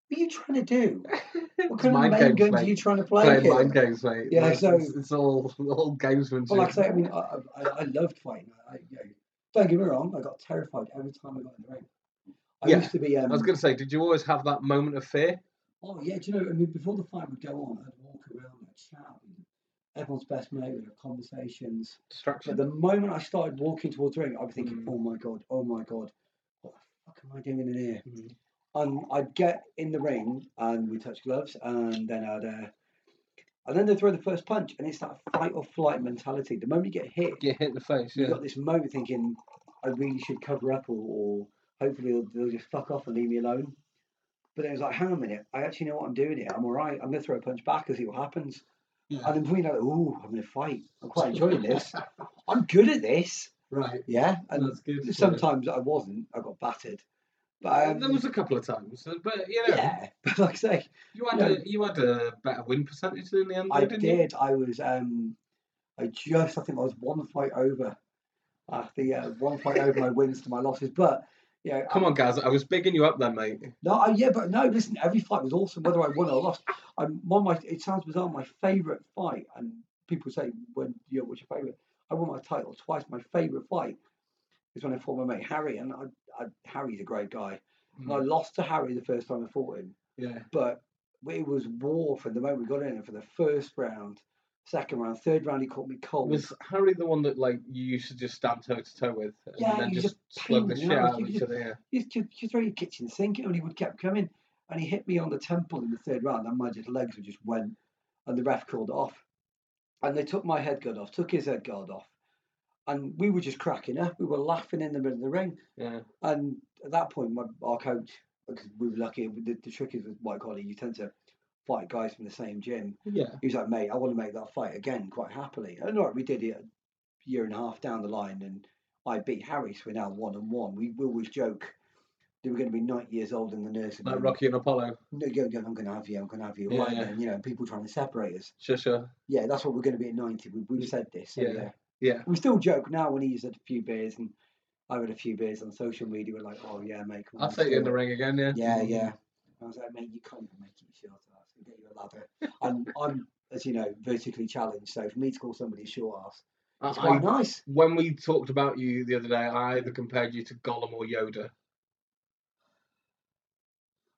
what are you trying to do? What It's kind of mind main games, games are mate. you trying to play? Playing here? mind games, mate. Yeah, it's, so- it's, it's all all gamesmanship. Well, like I say, I mean, I, I, I- I loved fighting. I, I- you know, don't get me wrong, I got terrified every time I got in the ring. I Yeah, used to be. Um, I was going to say, did you always have that moment of fear? Oh yeah, do you know? I mean, before the fight would go on, I'd walk around, I'd shout, and everyone's best mate, we'd have conversations. Distraction. But the moment I started walking towards the ring, I'd be thinking, Mm. "Oh my god, oh my god, what the fuck am I doing in here?" Mm. And I'd get in the ring and we touch gloves, and then I'd. Uh, and then they throw the first punch, and it's that fight or flight mentality. The moment you get hit, Get hit in the face. you've Yeah. got this moment thinking, I really should cover up, or, or hopefully they'll, they'll just fuck off and leave me alone. But then it's like, hang on a minute, I actually know what I'm doing here. I'm all right. I'm going to throw a punch back and see what happens. Yeah. And then before you know it, ooh, I'm going to fight. I'm quite enjoying this. I'm good at this. Right. Yeah. And That's good. yeah. sometimes I wasn't. I got battered. But um, there was a couple of times, uh, but you know, yeah. But like I say, you had No. a you had a better win percentage in the end, though, I didn't you? did. I was. Um, I just. I think I was one fight over. Uh, the uh, one fight over my wins to my losses. But yeah, Come on, guys, I was bigging you up then, mate. No, I, yeah, but no. Listen, every fight was awesome, whether I won or lost. I'm one of my. It sounds bizarre. My favorite fight, and people say, "When you know, what's your favorite?" I won my title twice. My favorite fight is when I fought my mate Harry, and I, I, Harry's a great guy. And I lost to Harry the first time I fought him, Yeah. but it was war from the moment we got in. And for the first round, second round, third round, he caught me cold. Was Harry the one that like you used to just stand toe to toe with and Yeah, then you just just slug the ping, shit yeah, out you of each just- other? Yeah. you could you throw your kitchen sink and he would kept coming. And he hit me on the temple in the third round, and my just legs were just went, and the ref called it off. And they took my head guard off, took his head guard off, and we were just cracking up. We were laughing in the middle of the ring. Yeah. And at that point, my our coach, because we were lucky, the, the trick is with white collar, you tend to fight guys from the same gym. Yeah. He was like, mate, I want to make that fight again quite happily. And like we did it a year and a half down the line, and I beat Harry, so we're now one and one. We we always joke that we're going to be 90 years old in the nursing Like home. Rocky and Apollo. No, yeah, yeah, I'm going to have you, I'm going to have you. Yeah, right yeah. then, you know, people trying to separate us. Sure, sure. Yeah, that's what we're going to be at 90. We, we've said this. So, Yeah. yeah. Yeah. We still joke now when he's had a few beers and I've had a few beers on social media. We're like, oh, yeah, mate. come I'll on, take you in still." the ring again, yeah. Yeah, yeah. I was like, mate, you can't even make it short. I was get you a ladder. And I'm, as you know, vertically challenged. So for me to call somebody a short ass, I- it's I- quite nice. when we talked about you the other day, I either compared you to Gollum or Yoda.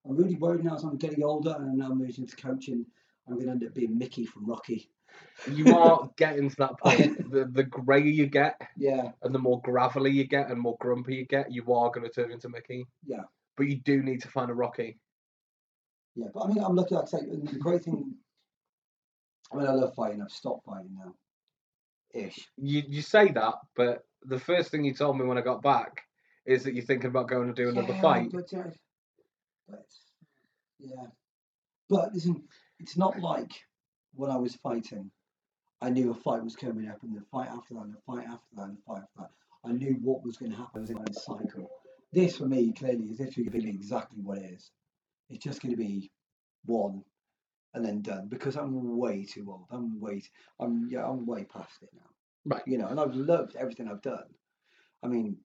I'm really worried now as I'm getting older and I'm now moving into coaching. I'm going to end up being Mickey from Rocky. You are getting to that point. The the greyer you get, Yeah, and the more gravelly you get, and more grumpy you get, you are going to turn into Mickey. yeah, But you do need to find a Rocky. yeah. But I mean, I'm lucky. Like I say, and the great thing. I mean, I love fighting. I've stopped fighting now, ish. You you say that, but the first thing you told me when I got back is that you're thinking about going to do another Yeah, fight. But, uh, but yeah, but listen, it's not like when I was fighting, I knew a fight was coming up, and the fight after that, and the fight after that, and the fight after that. I knew what was going to happen. I was in a cycle. This for me clearly is literally going to be exactly what it is. It's just going to be one and then done because I'm way too old. I'm way, t- I'm yeah, I'm way past it now. Right. You know, and I've loved everything I've done. I mean,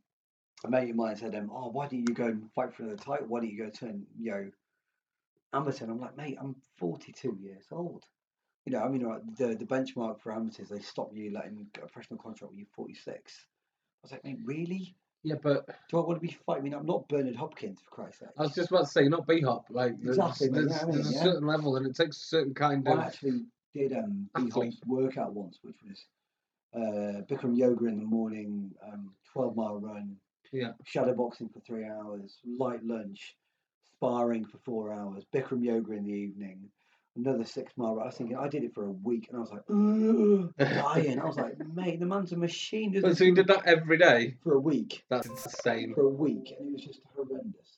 a mate of mine said, um, "Oh, why don't you go and fight for another title? Why don't you go turn, you know, amateur?" And I'm like, "Mate, I'm 42 years old. You know, I mean, like, the the benchmark for amateurs, they stop you letting get a professional contract when you're 46." I was like, "Mate, really? Yeah, but Do I want to be fighting? I mean, I'm not Bernard Hopkins for Christ's sake." I was just about to say, not B hop. Like there's, Exactly, mate, there's, yeah, I mean, there's a yeah. certain level, and it takes a certain kind I of. actually did um B Hop's Athlete. workout once, which was uh Bikram yoga in the morning, um twelve mile run, Yeah. shadow boxing for three hours, light lunch, sparring for four hours, Bikram yoga in the evening, another six mile run. I was thinking I did it for a week and I was like, "Ugh," dying. I was like, mate, the man's a machine, doesn't But so you did that every day. for a week. That's insane. For a week and it was just horrendous.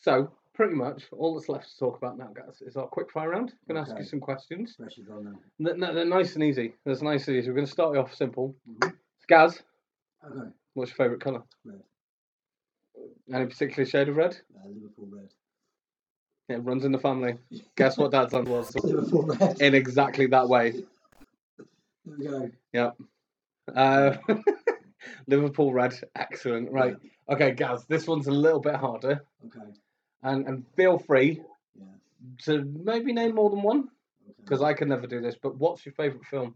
So pretty much all that's left to talk about now, guys, is our quick fire round. I'm gonna ask you Okay. some questions. Pressure's on now. N- n- They're nice and easy. That's nice and easy. We're gonna start you off simple. Mhm. Skaz, Okay. what's your favourite colour? Red. Any particular shade of red? Uh, Liverpool red. It runs in the family. Guess what Dad's land was? Liverpool red. In exactly that way. There we go. Uh, Liverpool red, excellent. Right, okay, Gaz, this one's a little bit harder, Okay. and and feel free Yes. to maybe name more than one Okay. because I can never do this. But what's your favourite film?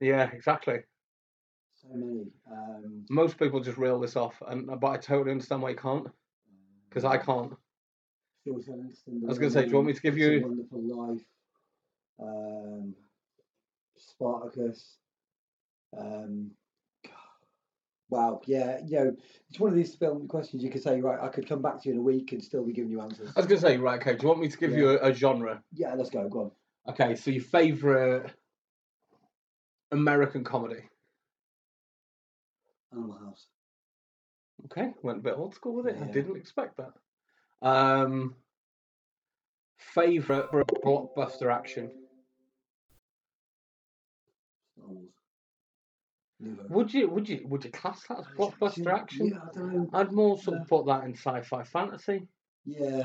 Yeah, exactly. So many. Um, Most people just reel this off, and but I totally understand why you can't because uh, I can't. I I was gonna say, do you want me to give you- Wonderful Life, um, Spartacus. Um, wow, yeah, you know, it's one of these film questions you could say, right, I could come back to you in a week and still be giving you answers. I was gonna say, right, okay. Do you want me to give you a, a genre? Yeah, let's go. Go on. Okay, so your favorite American comedy. Animal House. Okay, went a bit old school with it. I Yeah. didn't expect that. Um, favorite blockbuster action. Star Wars. Never. Would you would you would you class that as blockbuster action? Yeah, I don't know. I'd more sort No. of put that in sci-fi fantasy. Yeah.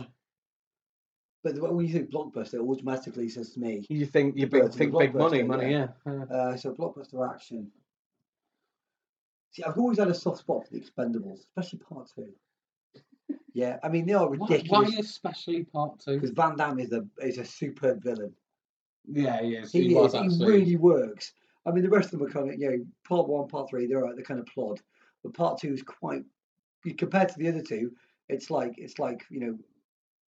But the- when you think blockbuster, it automatically says to me, You think you Compared big, to the think big money, blockbuster, money, yeah. yeah. Uh, so blockbuster action. See, I've always had a soft spot for the Expendables, especially Part Two. Yeah, I mean they are Why, why ridiculous especially part two? because Van Damme is a is a superb villain. Yeah, yeah, He, is. He really works. I mean, the rest of them are kind of you know Part One, Part Three. They're they're kind of plod, but Part Two is quite you- compared to the other two. It's like it's like you know.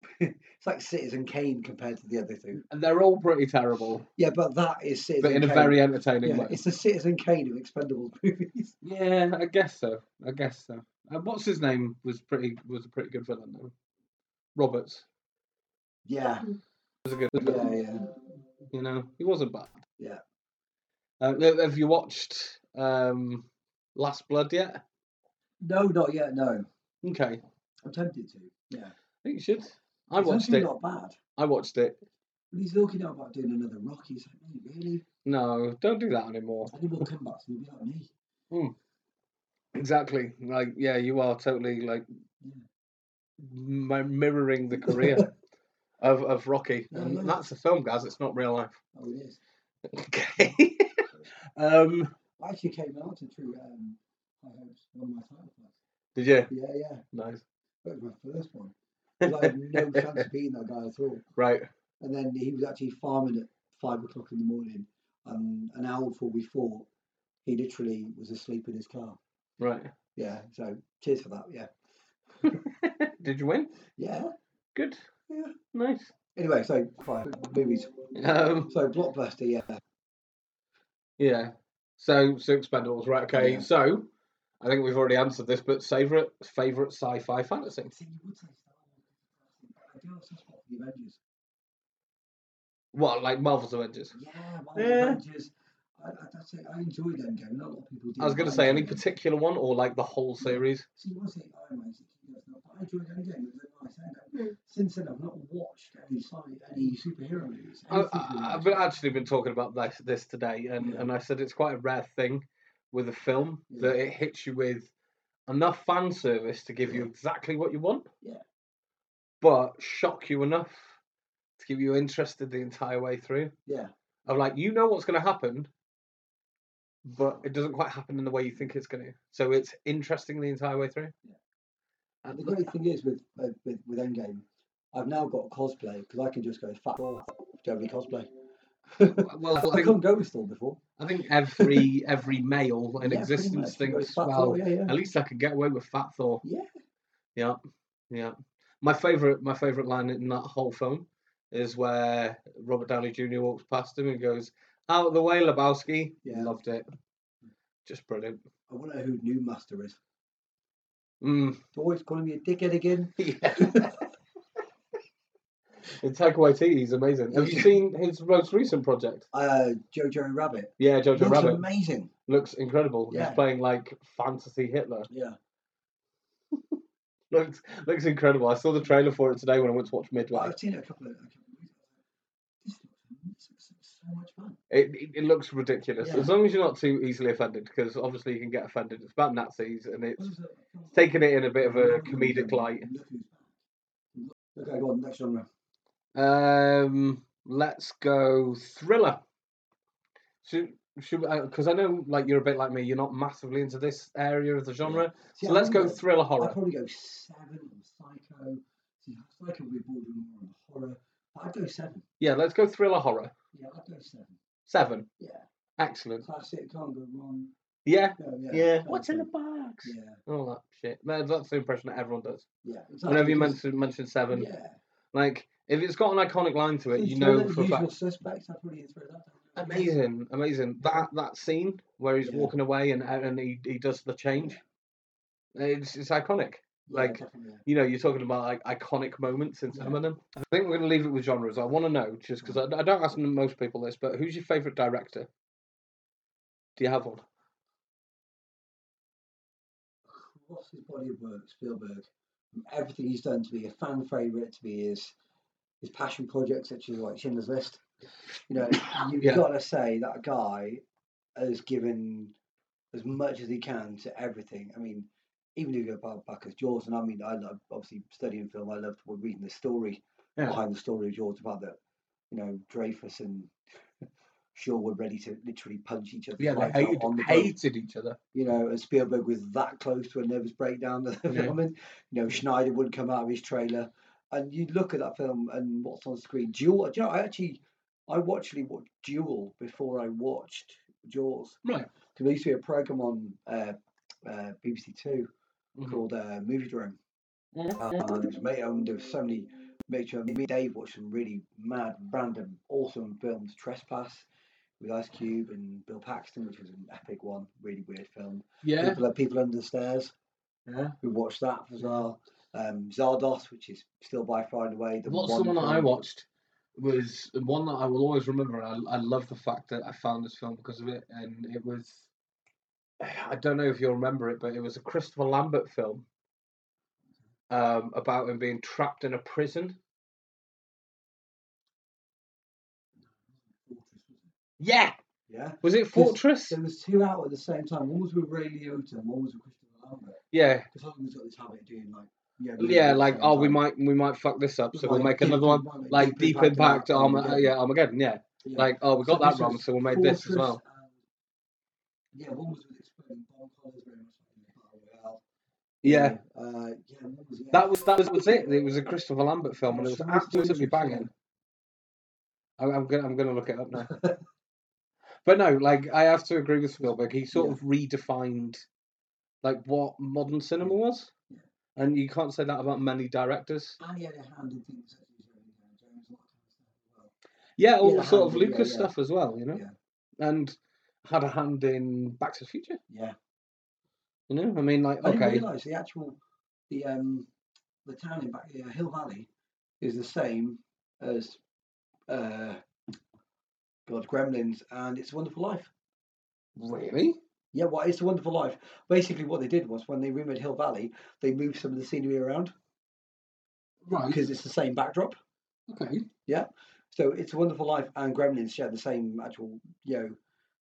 it's like Citizen Kane compared to the other two. and they're all pretty terrible, Yeah, but that is Citizen but in a Kane. very entertaining yeah, way. it's the Citizen Kane of Expendables movies. Yeah, I guess so. I guess so. Uh, what's his name was pretty was a pretty good villain though. Roberts Yeah, was a good yeah, villain. yeah. You know, he wasn't bad. Yeah. Uh, look, have you watched um, Last Blood yet? No, not yet. No, Okay, I I'm tempted to. Yeah, think you should. I It's watched actually it. Not bad. I watched it. But he's looking at about doing another Rocky. He's like, "Mate, really? No, don't do that anymore. And he will come back to me like me. Exactly. Like, yeah, you are totally like mi- mirroring the career of of Rocky, Yeah, and yeah. that's a film, guys. It's not real life. Oh, it is. Okay. um, I actually came out to True um, High Hopes won my title fight. did you? Yeah, yeah. Nice. That was my first one. 'Cause I had no chance of beating that guy at all. Right. And then he was actually farming at five o'clock in the morning. Um, an hour before we fought, he literally was asleep in his car. Right. Yeah. So cheers for that. Yeah. Did you win? Yeah. Good. Yeah. Nice. Anyway, so five movies. Um, So blockbuster. Yeah. yeah. So, so Expendables. Right. Okay. Yeah. So, I think we've already answered this, but favorite favorite sci-fi fantasy. See, you would say Star Wars, but I do have a soft spot for the Avengers. What like Marvel's Avengers? Yeah, well, Yeah. Avengers. I, I, that's it. I enjoyed them game. Not a lot of people do. I was going but to say any enjoyed them. particular one or like the Mm. whole series. See, you would say Iron Man, it's a key goes, but I enjoyed them game. It was a nice end. Since then, I've not watched any sci- any superhero movies. I, anything I, I've superhero. actually been talking about this this today, and, Yeah. and I said it's quite a rare thing with a film Yeah. that it hits you with enough fan service to give you Yeah. exactly what you want, Yeah. but shock you enough to keep you interested the entire way through. Yeah, of like you know what's going to happen, but it doesn't quite happen in the way you think it's going to. So it's interesting the entire way through. Yeah. And the great thing is with uh, with with Endgame, I've now got cosplay because I can just go fat or do any cosplay. well, I I couldn't think, go to store before. I think every every male in Yeah, pretty existence much, you go thinks, fat well, Thor, yeah, yeah. at least I could get away with Fat Thor. yeah. Yeah, yeah. My favorite my favorite line in that whole film is where Robert Downey Jr. walks past him and goes, "Out of the way, Lebowski." Yeah. Loved it. Just brilliant. I wonder who New Master is. Mm. Always calling me a dickhead again. Yeah. And Taika Waititi is amazing. Have you Yeah. seen his most recent project? Uh, Jojo Rabbit. Yeah, Jojo Looks Rabbit amazing. looks incredible. Yeah. He's playing like fantasy Hitler. Yeah. Looks looks incredible. I saw the trailer for it today when I went to watch Well, Midway. I've seen it a couple of. A couple of weeks. This looks, this looks so much fun. It, it, it looks ridiculous. Yeah. As long as you're not too easily offended, because obviously you can get offended. It's about Nazis and it's What is it? I can't- taking it in a bit of a Look who's in, comedic light. look who's back. Look- Okay, go on. Next genre. Um, let's go thriller. Should should because I know like you're a bit like me. You're not massively into this area of the genre. See, so I let's go remember- thriller I'd horror. probably go seven on Psycho. See, Psycho would be bordering more on the horror. but I'd go seven. Yeah, let's go thriller horror. Yeah, I'd go seven. Seven. Yeah, Excellent. classic. Can't go wrong. Yeah. No, yeah. can't What's in go- the box? Yeah, All that shit. That- That's the impression that everyone does. yeah. Exactly. Whenever you because- mention mention seven, Yeah. like if it's got an iconic line to it, See, you thriller, know for a usual fact. suspects. I'd probably throw that down. there. Amazing, amazing. That that scene where he's Yeah. walking away and and he, he does the change. It's it's iconic. Yeah, like, definitely, yeah. You know, you're talking about like iconic moments in Yeah. cinema. then. I think we're going to leave it with genres. I want to know just because I, I don't ask most people this, but who's your favorite director? Do you have one? What's his body of work? Spielberg. From Everything he's done to be a fan favorite, to be his his passion project, such as like Schindler's List. You know, you've Yeah. got to say that guy has given as much as he can to everything. I mean, even if you go back, back as Jaws, and I mean, I love obviously studying film. I loved reading the story Yeah. behind the story of Jaws about that. You know, Dreyfus and Shaw were ready to literally punch each other. twice out on the boat hated each other. you know, and Spielberg was that close to a nervous breakdown of the Yeah. film. And, you know, Schneider wouldn't come out of his trailer. And you look at that film and what's on screen. Duel, do you know, I actually, I actually watched Duel before I watched Jaws. Right. Because there used to be a program on uh, uh, BBC Two Mhm. called uh, Movie Drone. Um, it was made, um, there was so many mixture. I mean, me and Dave watched some really mad, random, awesome films. Trespass with Ice Cube and Bill Paxton, which was an epic one, really weird film. Yeah. People, people under the stairs. Yeah. We watched that as well. Um, Zardos, which is still by far and away the What's the one that I film- watched was the one that I will always remember. and I, I love the fact that I found this film because of it, and it was. I don't know if you'll remember it, but it was a Christopher Lambert film um, about him being trapped in a prison. Yeah, Yeah. was it Fortress? There was two out at the same time. One was with Ray Liotta, and one was with Christopher Lambert. Yeah, Because Hollywood's got this habit of doing like. Yeah, movies yeah. at the Like, same oh, we time. might we might fuck this up, so we'll Like, make Deep another one. Impact, Like Deep Impact, and Arma- Armageddon. yeah, Armageddon, yeah. Yeah. Like, oh, we So got that this wrong, was so we'll make this as Fortress well. and- yeah, one was with exploding bomb collars, very much like Battle Royale. Yeah, Uh, yeah, one was, yeah. that was that was, was it. It was a Christopher Lambert film, and it What's was the most absolutely dangerous banging. film? I- I'm gonna I'm gonna look it up now. but no, like I have to agree with Spielberg. He sort Yeah. of redefined like what modern cinema was, Yeah. and you can't say that about many directors. And he had a hand in things such as Jeremy Jones, a lot of times as well. Yeah, all Yeah, the sort of Hamilton, yeah, Lucas yeah. stuff as well, you know, Yeah. and had a hand in Back to the Future. Yeah. You know, I mean, like I didn't okay, realise the actual the um the town in back the Hill Valley is the same as uh God Gremlins and It's a Wonderful Life. really? Yeah, well, It's a Wonderful Life. Basically, what they did was when they remade Hill Valley, they moved some of the scenery around Right. because it's the same backdrop. Okay. So It's a Wonderful Life and Gremlins share the same actual you know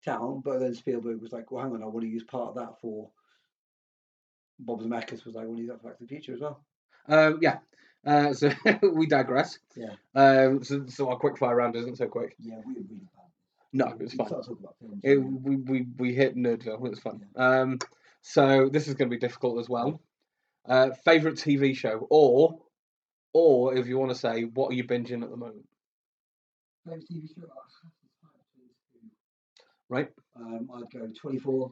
town, but then Spielberg was like, "Well, hang on, I want to use part of that for." Bob Zemeckis was like, "I want to use that for Back to the Future as well." Um, yeah. Uh, so we digress. Yeah. Um, so, so our quick fire round isn't so quick. Yeah, we're really bad. No, it's fine. Start talking about films. It, and- we, we we hit Nerdville. It's fun. Um, so this is going to be difficult as well. Uh, favorite TV show, or or if you want to say, what are you binging at the moment? Those TV shows are half the time between the two. Right. Um, I'd go 24,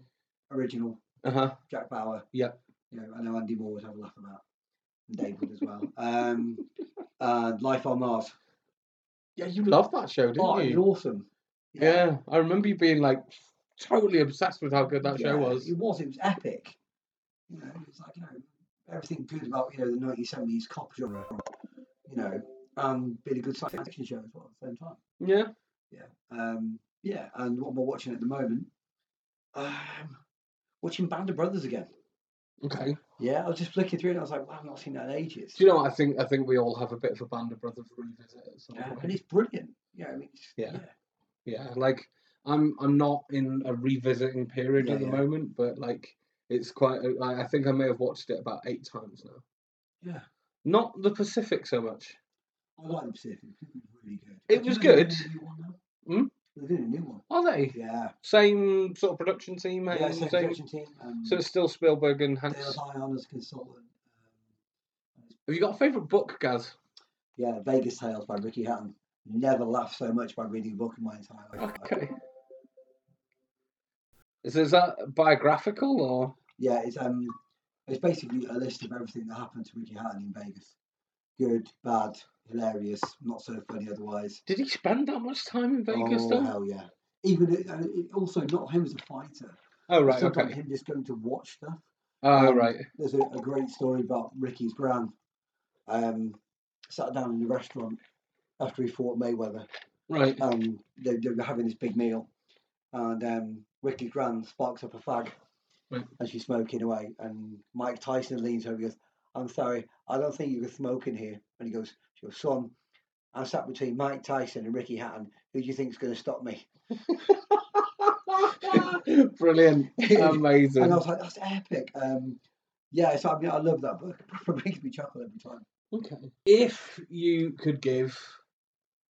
original, Uh huh. Jack Bauer. Yep. You know, I know Andy Moore would have a laugh about. And Dave would as well. Um, and Life on Mars. Yeah, you love that show, didn't Oh, it's you? awesome. Yeah. I remember you being like totally obsessed with how good that show Yeah, was. It was. It was epic. You know, it's like you know everything good about you know the 1970s cop genre. You know, and being a good science fiction show as well at the same time. Yeah. Um, yeah, and what we're watching at the moment, um, watching Band of Brothers again. Okay. Yeah, I was just flicking through it and I was like, wow, I've not seen that in ages. Do you know? What? I think I think we all have a bit of a Band of Brothers revisit at some Yeah, point. Um, and it's brilliant. Yeah, I mean, it's, Yeah. yeah. Yeah, like I'm I'm not in a revisiting period Yeah, at the yeah. moment, but like it's quite. uh, I, I think I may have watched it about eight times now. Yeah. Not the Pacific so much. I like the Pacific. It was really good. It Do you was know the good. new one now? Hmm? They're doing a new one. Are they? Yeah. Same sort of production team? yeah, and same same- production team. Um, So it's still Spielberg and Hanks. Dale Zion as consultant. Um, Have you got a favourite book, Gaz? yeah, Vegas Tales by Ricky Hatton. Never laughed so much by reading a book in my entire life. Okay. Is, is that biographical or? Yeah, it's um, it's basically a list of everything that happened to Ricky Hatton in Vegas. Good, bad, hilarious, not so funny otherwise. Did he spend that much time in Vegas oh though? hell yeah! Even uh, it- also not him as a fighter. Oh, right, Sometimes okay. him just going to watch stuff. Oh, um, right. There's a, a great story about Ricky's grand. Um, sat down in the restaurant after he fought Mayweather. Right. Um, they, they were having this big meal, and um, Ricky's grand sparks up a fag, Right. and she's smoking away. And Mike Tyson leans over and goes, "I'm sorry, I don't think you can smoke in here." And he goes, "She goes, son, I'm sat between Mike Tyson and Ricky Hatton. Who do you think's going to stop me?" Brilliant. Um, And I Amazing. was like, "That's epic." Um, yeah, so I mean, I love that book. It makes me chuckle every time. Okay. If you could give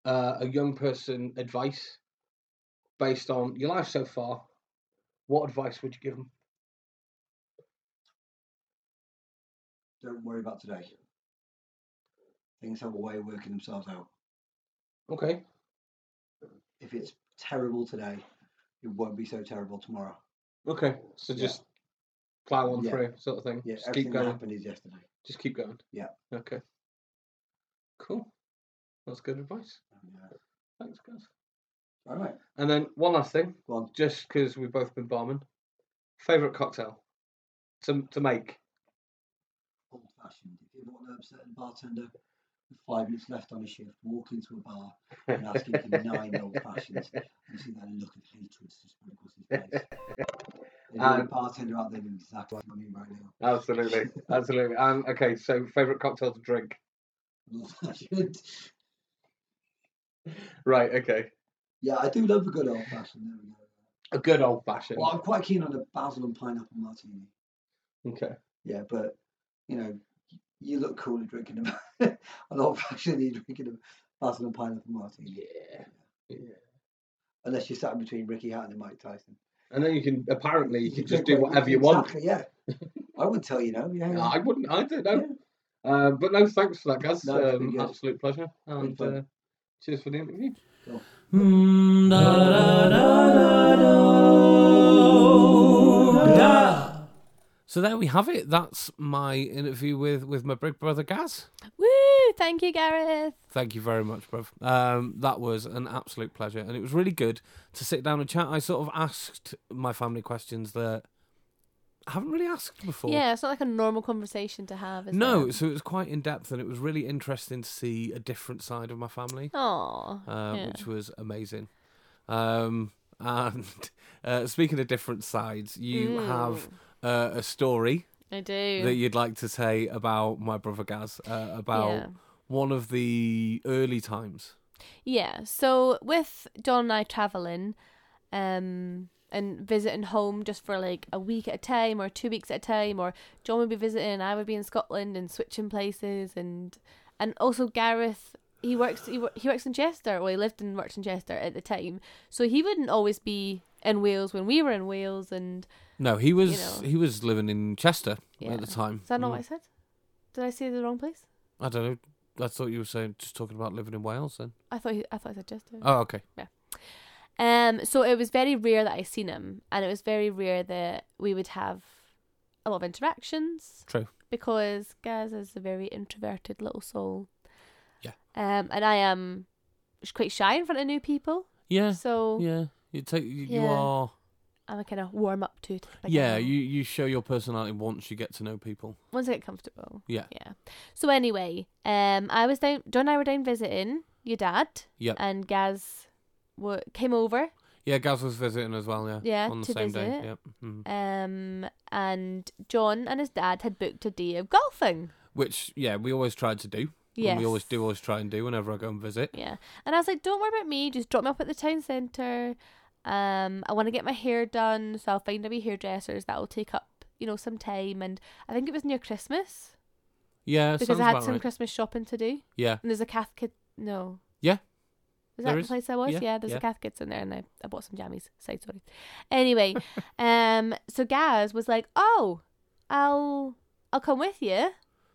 uh, a young person advice based on your life so far, what advice would you give them? don't worry about today. Things have a way of working themselves out. Okay. If it's terrible today, it won't be so terrible tomorrow. Okay. So Yeah. just plow on Yeah. through, sort of thing. Yeah, just keep everything that going. happened is yesterday. Just keep going. Yeah. Okay. Cool. That's good advice. Um, Yeah. Thanks, guys. All right. And then one last thing, Go on. just because we've both been barman, favorite cocktail to to make. Old fashioned. If you ever want to upset a bartender with five minutes left on a shift, walk into a bar and ask him for nine old fashions and see that look of hatred just across his face. There's Um, a bartender out there doing exactly what I mean right now. Absolutely, absolutely. And okay, so favorite cocktail to drink. Old fashioned. Right. Okay. Yeah, I do love a good old fashioned. There we go. A good old fashioned. Well, I'm quite keen on a basil and pineapple martini. Okay. Yeah, but you know, y- you look cooler drinking a an old fashioned than you drinking a basil and pineapple martini. Yeah. Yeah. Unless you're sat between Ricky Hatton and Mike Tyson. And then you can apparently you can just drink do whatever you want. exactly, Yeah, I would tell you no. Yeah, No, I wouldn't either. No. yeah. Uh, but no, thanks for that, guys. No, it's been um, good. absolute pleasure. And fun. uh, cheers for the interview. Hmm, So there we have it. That's my interview with with my big brother Gaz. Woo! Thank you, Gareth. Thank you very much, bruv. Um, that was an absolute pleasure, and it was really good to sit down and chat. I sort of asked my family questions that I haven't really asked before. Yeah, it's not like a normal conversation to have. Is No, It? so it was quite in depth, and it was really interesting to see a different side of my family, Aw. uh, Oh, yeah. which was amazing. Um, and uh, speaking of different sides, you have uh, a story Mm. I do. that you'd like to say about my brother Gaz, uh, about Yeah. one of the early times. Yeah. So with John and I traveling, um, and visiting home just for like a week at a time or two weeks at a time, or John would be visiting, and I would be in Scotland and switching places, and and also Gareth. He works. He, wo- he works in Chester. Well, he lived and worked in Chester at the time, so he wouldn't always be in Wales when we were in Wales. And No, he was know. he was living in Chester Yeah. at the time. is that not Mm. what I said? Did I say the wrong place? I don't know. I thought you were saying just talking about living in Wales then. I thought he, I thought I said Chester. Oh, okay. Um, so it was very rare that I seen him, and it was very rare that we would have a lot of interactions. True. Because Gaz is a very introverted little soul. Yeah. Um, and I am sh- quite shy in front of new people, Yeah, so yeah. You take you, you Yeah. are I'm a kind of warm up to it. like, yeah. oh. You you show your personality once you get to know people. once I get comfortable. Yeah. Yeah. So anyway, um, I was down. John and I were down visiting your dad. Yep. And Gaz, w- came over Yeah, Gaz was visiting as well. Yeah, Yeah, on the to same day. visit. Yep. Mhm. Um, and John and his dad had booked a day of golfing. Which yeah, we always tried to do. Yes. And we always do, always try and do whenever I go and visit. Yeah. And I was like, don't worry about me. Just drop me off at the town centre. Um, I want to get my hair done, so I'll find a wee hairdressers. That'll take up, you know, some time. And I think it was near Christmas Yeah, because sounds I had about some right. Christmas shopping to do. Yeah, And there's a Catholic. No. Yeah. Is There that is. the place I was? Yeah, Yeah, there's yeah. a Cathcart in there, and I, I bought some jammies. Side story. Anyway, um, so Gaz was like, "Oh, I'll I'll come with you."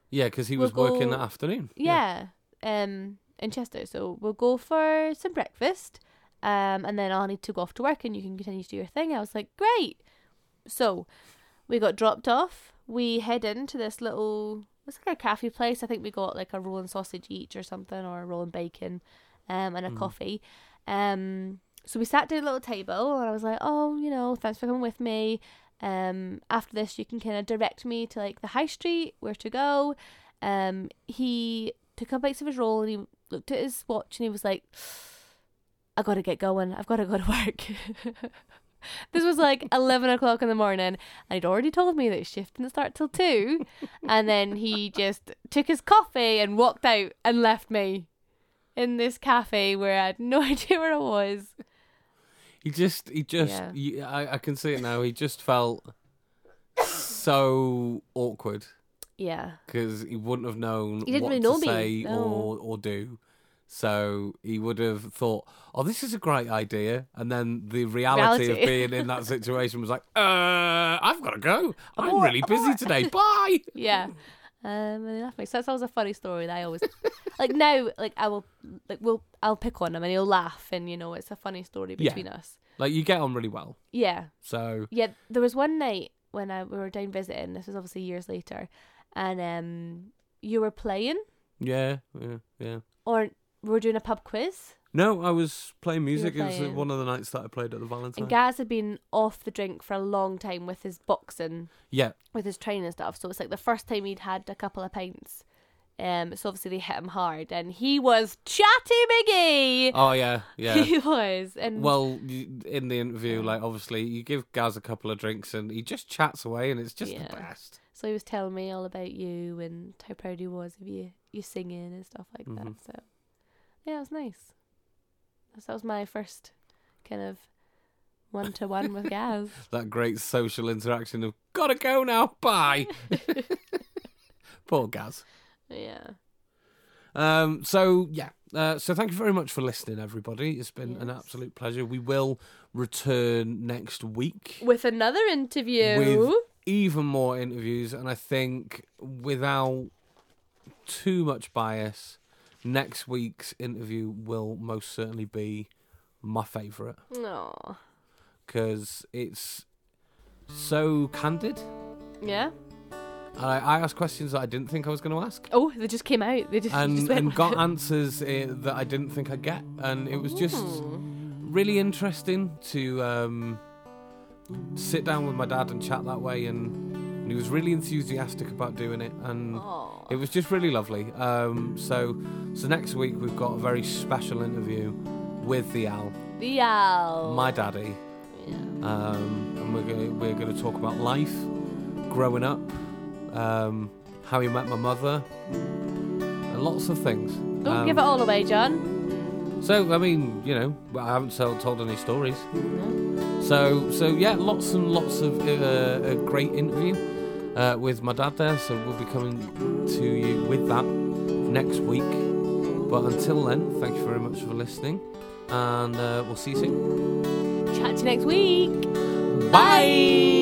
Yeah, because he We'll was working go- that afternoon. Yeah. Um, in Chester. So we'll go for some breakfast. Um, and then I'll need to go off to work and you can continue to do your thing. I was like, great. So we got dropped off. We head into this little, it's like a cafe place. I think we got like a roll and sausage each or something, or a roll and bacon um, and a coffee. Um, so we sat down at a little table and I was like, oh, you know, thanks for coming with me. Um, after this, you can kind of direct me to like the high street, where to go um, he took a bite of his roll and he looked at his watch and he was like, I gotta get going. I've gotta go to work. this was like 11 o'clock in the morning and he'd already told me that his shift didn't start till 2. and then he just took his coffee and walked out and left me in this cafe where I had no idea where I was. He just, he just, Yeah. you- I, I can see it now. He just felt so awkward Yeah. because he wouldn't have known He didn't what really to know me, say no. or or do. So he would have thought, "Oh, this is a great idea," and then the reality, of Reality. being in that situation was like, "Uh, I've got to go. I'm, all right, really I'm all busy right." today. Bye." yeah. Um, and they laughed me. So that's always a funny story that I always like now. Like I will, like we'll, I'll pick on him and he'll laugh, and you know it's a funny story Yeah. between us. Like you get on really well. Yeah, So yeah. There was one night when I we were down visiting. This was obviously years later, and um, you were playing yeah, yeah, yeah. or we were doing a pub quiz, No, I was playing music. It was playing. one of the nights that I played at the and Valentine. Gaz had been off the drink for a long time with his boxing. yeah, with his training and stuff. So it's like the first time he'd had a couple of pints. Um, so obviously they hit him hard, and he was chatty McGee. Oh yeah, yeah. He was, and well, y- in the interview, like obviously, you give Gaz a couple of drinks and he just chats away, and it's just Yeah. the best. so he was telling me all about you and how proud he was of you, you singing and stuff like that. Mhm. So yeah, it was nice. So that was my first kind of one to one with Gaz. That great social interaction of gotta go now, bye. Poor Gaz. Yeah, Um, so yeah, uh, so thank you very much for listening, everybody. It's been an Yes. absolute pleasure. We will return next week. with another interview. With even more interviews, and I think without too much bias, next week's interview will most certainly be my favourite Aw. because it's so candid. yeah. I, I asked questions that I didn't think I was going to ask. Oh, they just came out. They just, just And, went and with got it. answers eh, that I didn't think I'd get, and it was just Ooh. really interesting to um, sit down with my dad and chat that way, and, and he was really enthusiastic about doing it, and Aw. Mm. it was just really lovely. Um, so, so next week we've got a very special interview with the Al, The owl. my daddy, Yeah. um, and we're gonna, we're going to talk about life, growing up, um, how he met my mother, and lots of things. Don't Um, give it all away, John. So I mean, you know, I haven't told, told any stories. So so yeah, lots and lots of uh, a great interview uh, with my dad there. So we'll be coming to you with that next week. But until then, thank you very much for listening, and uh, we'll see you soon. Chat to you next week. Bye.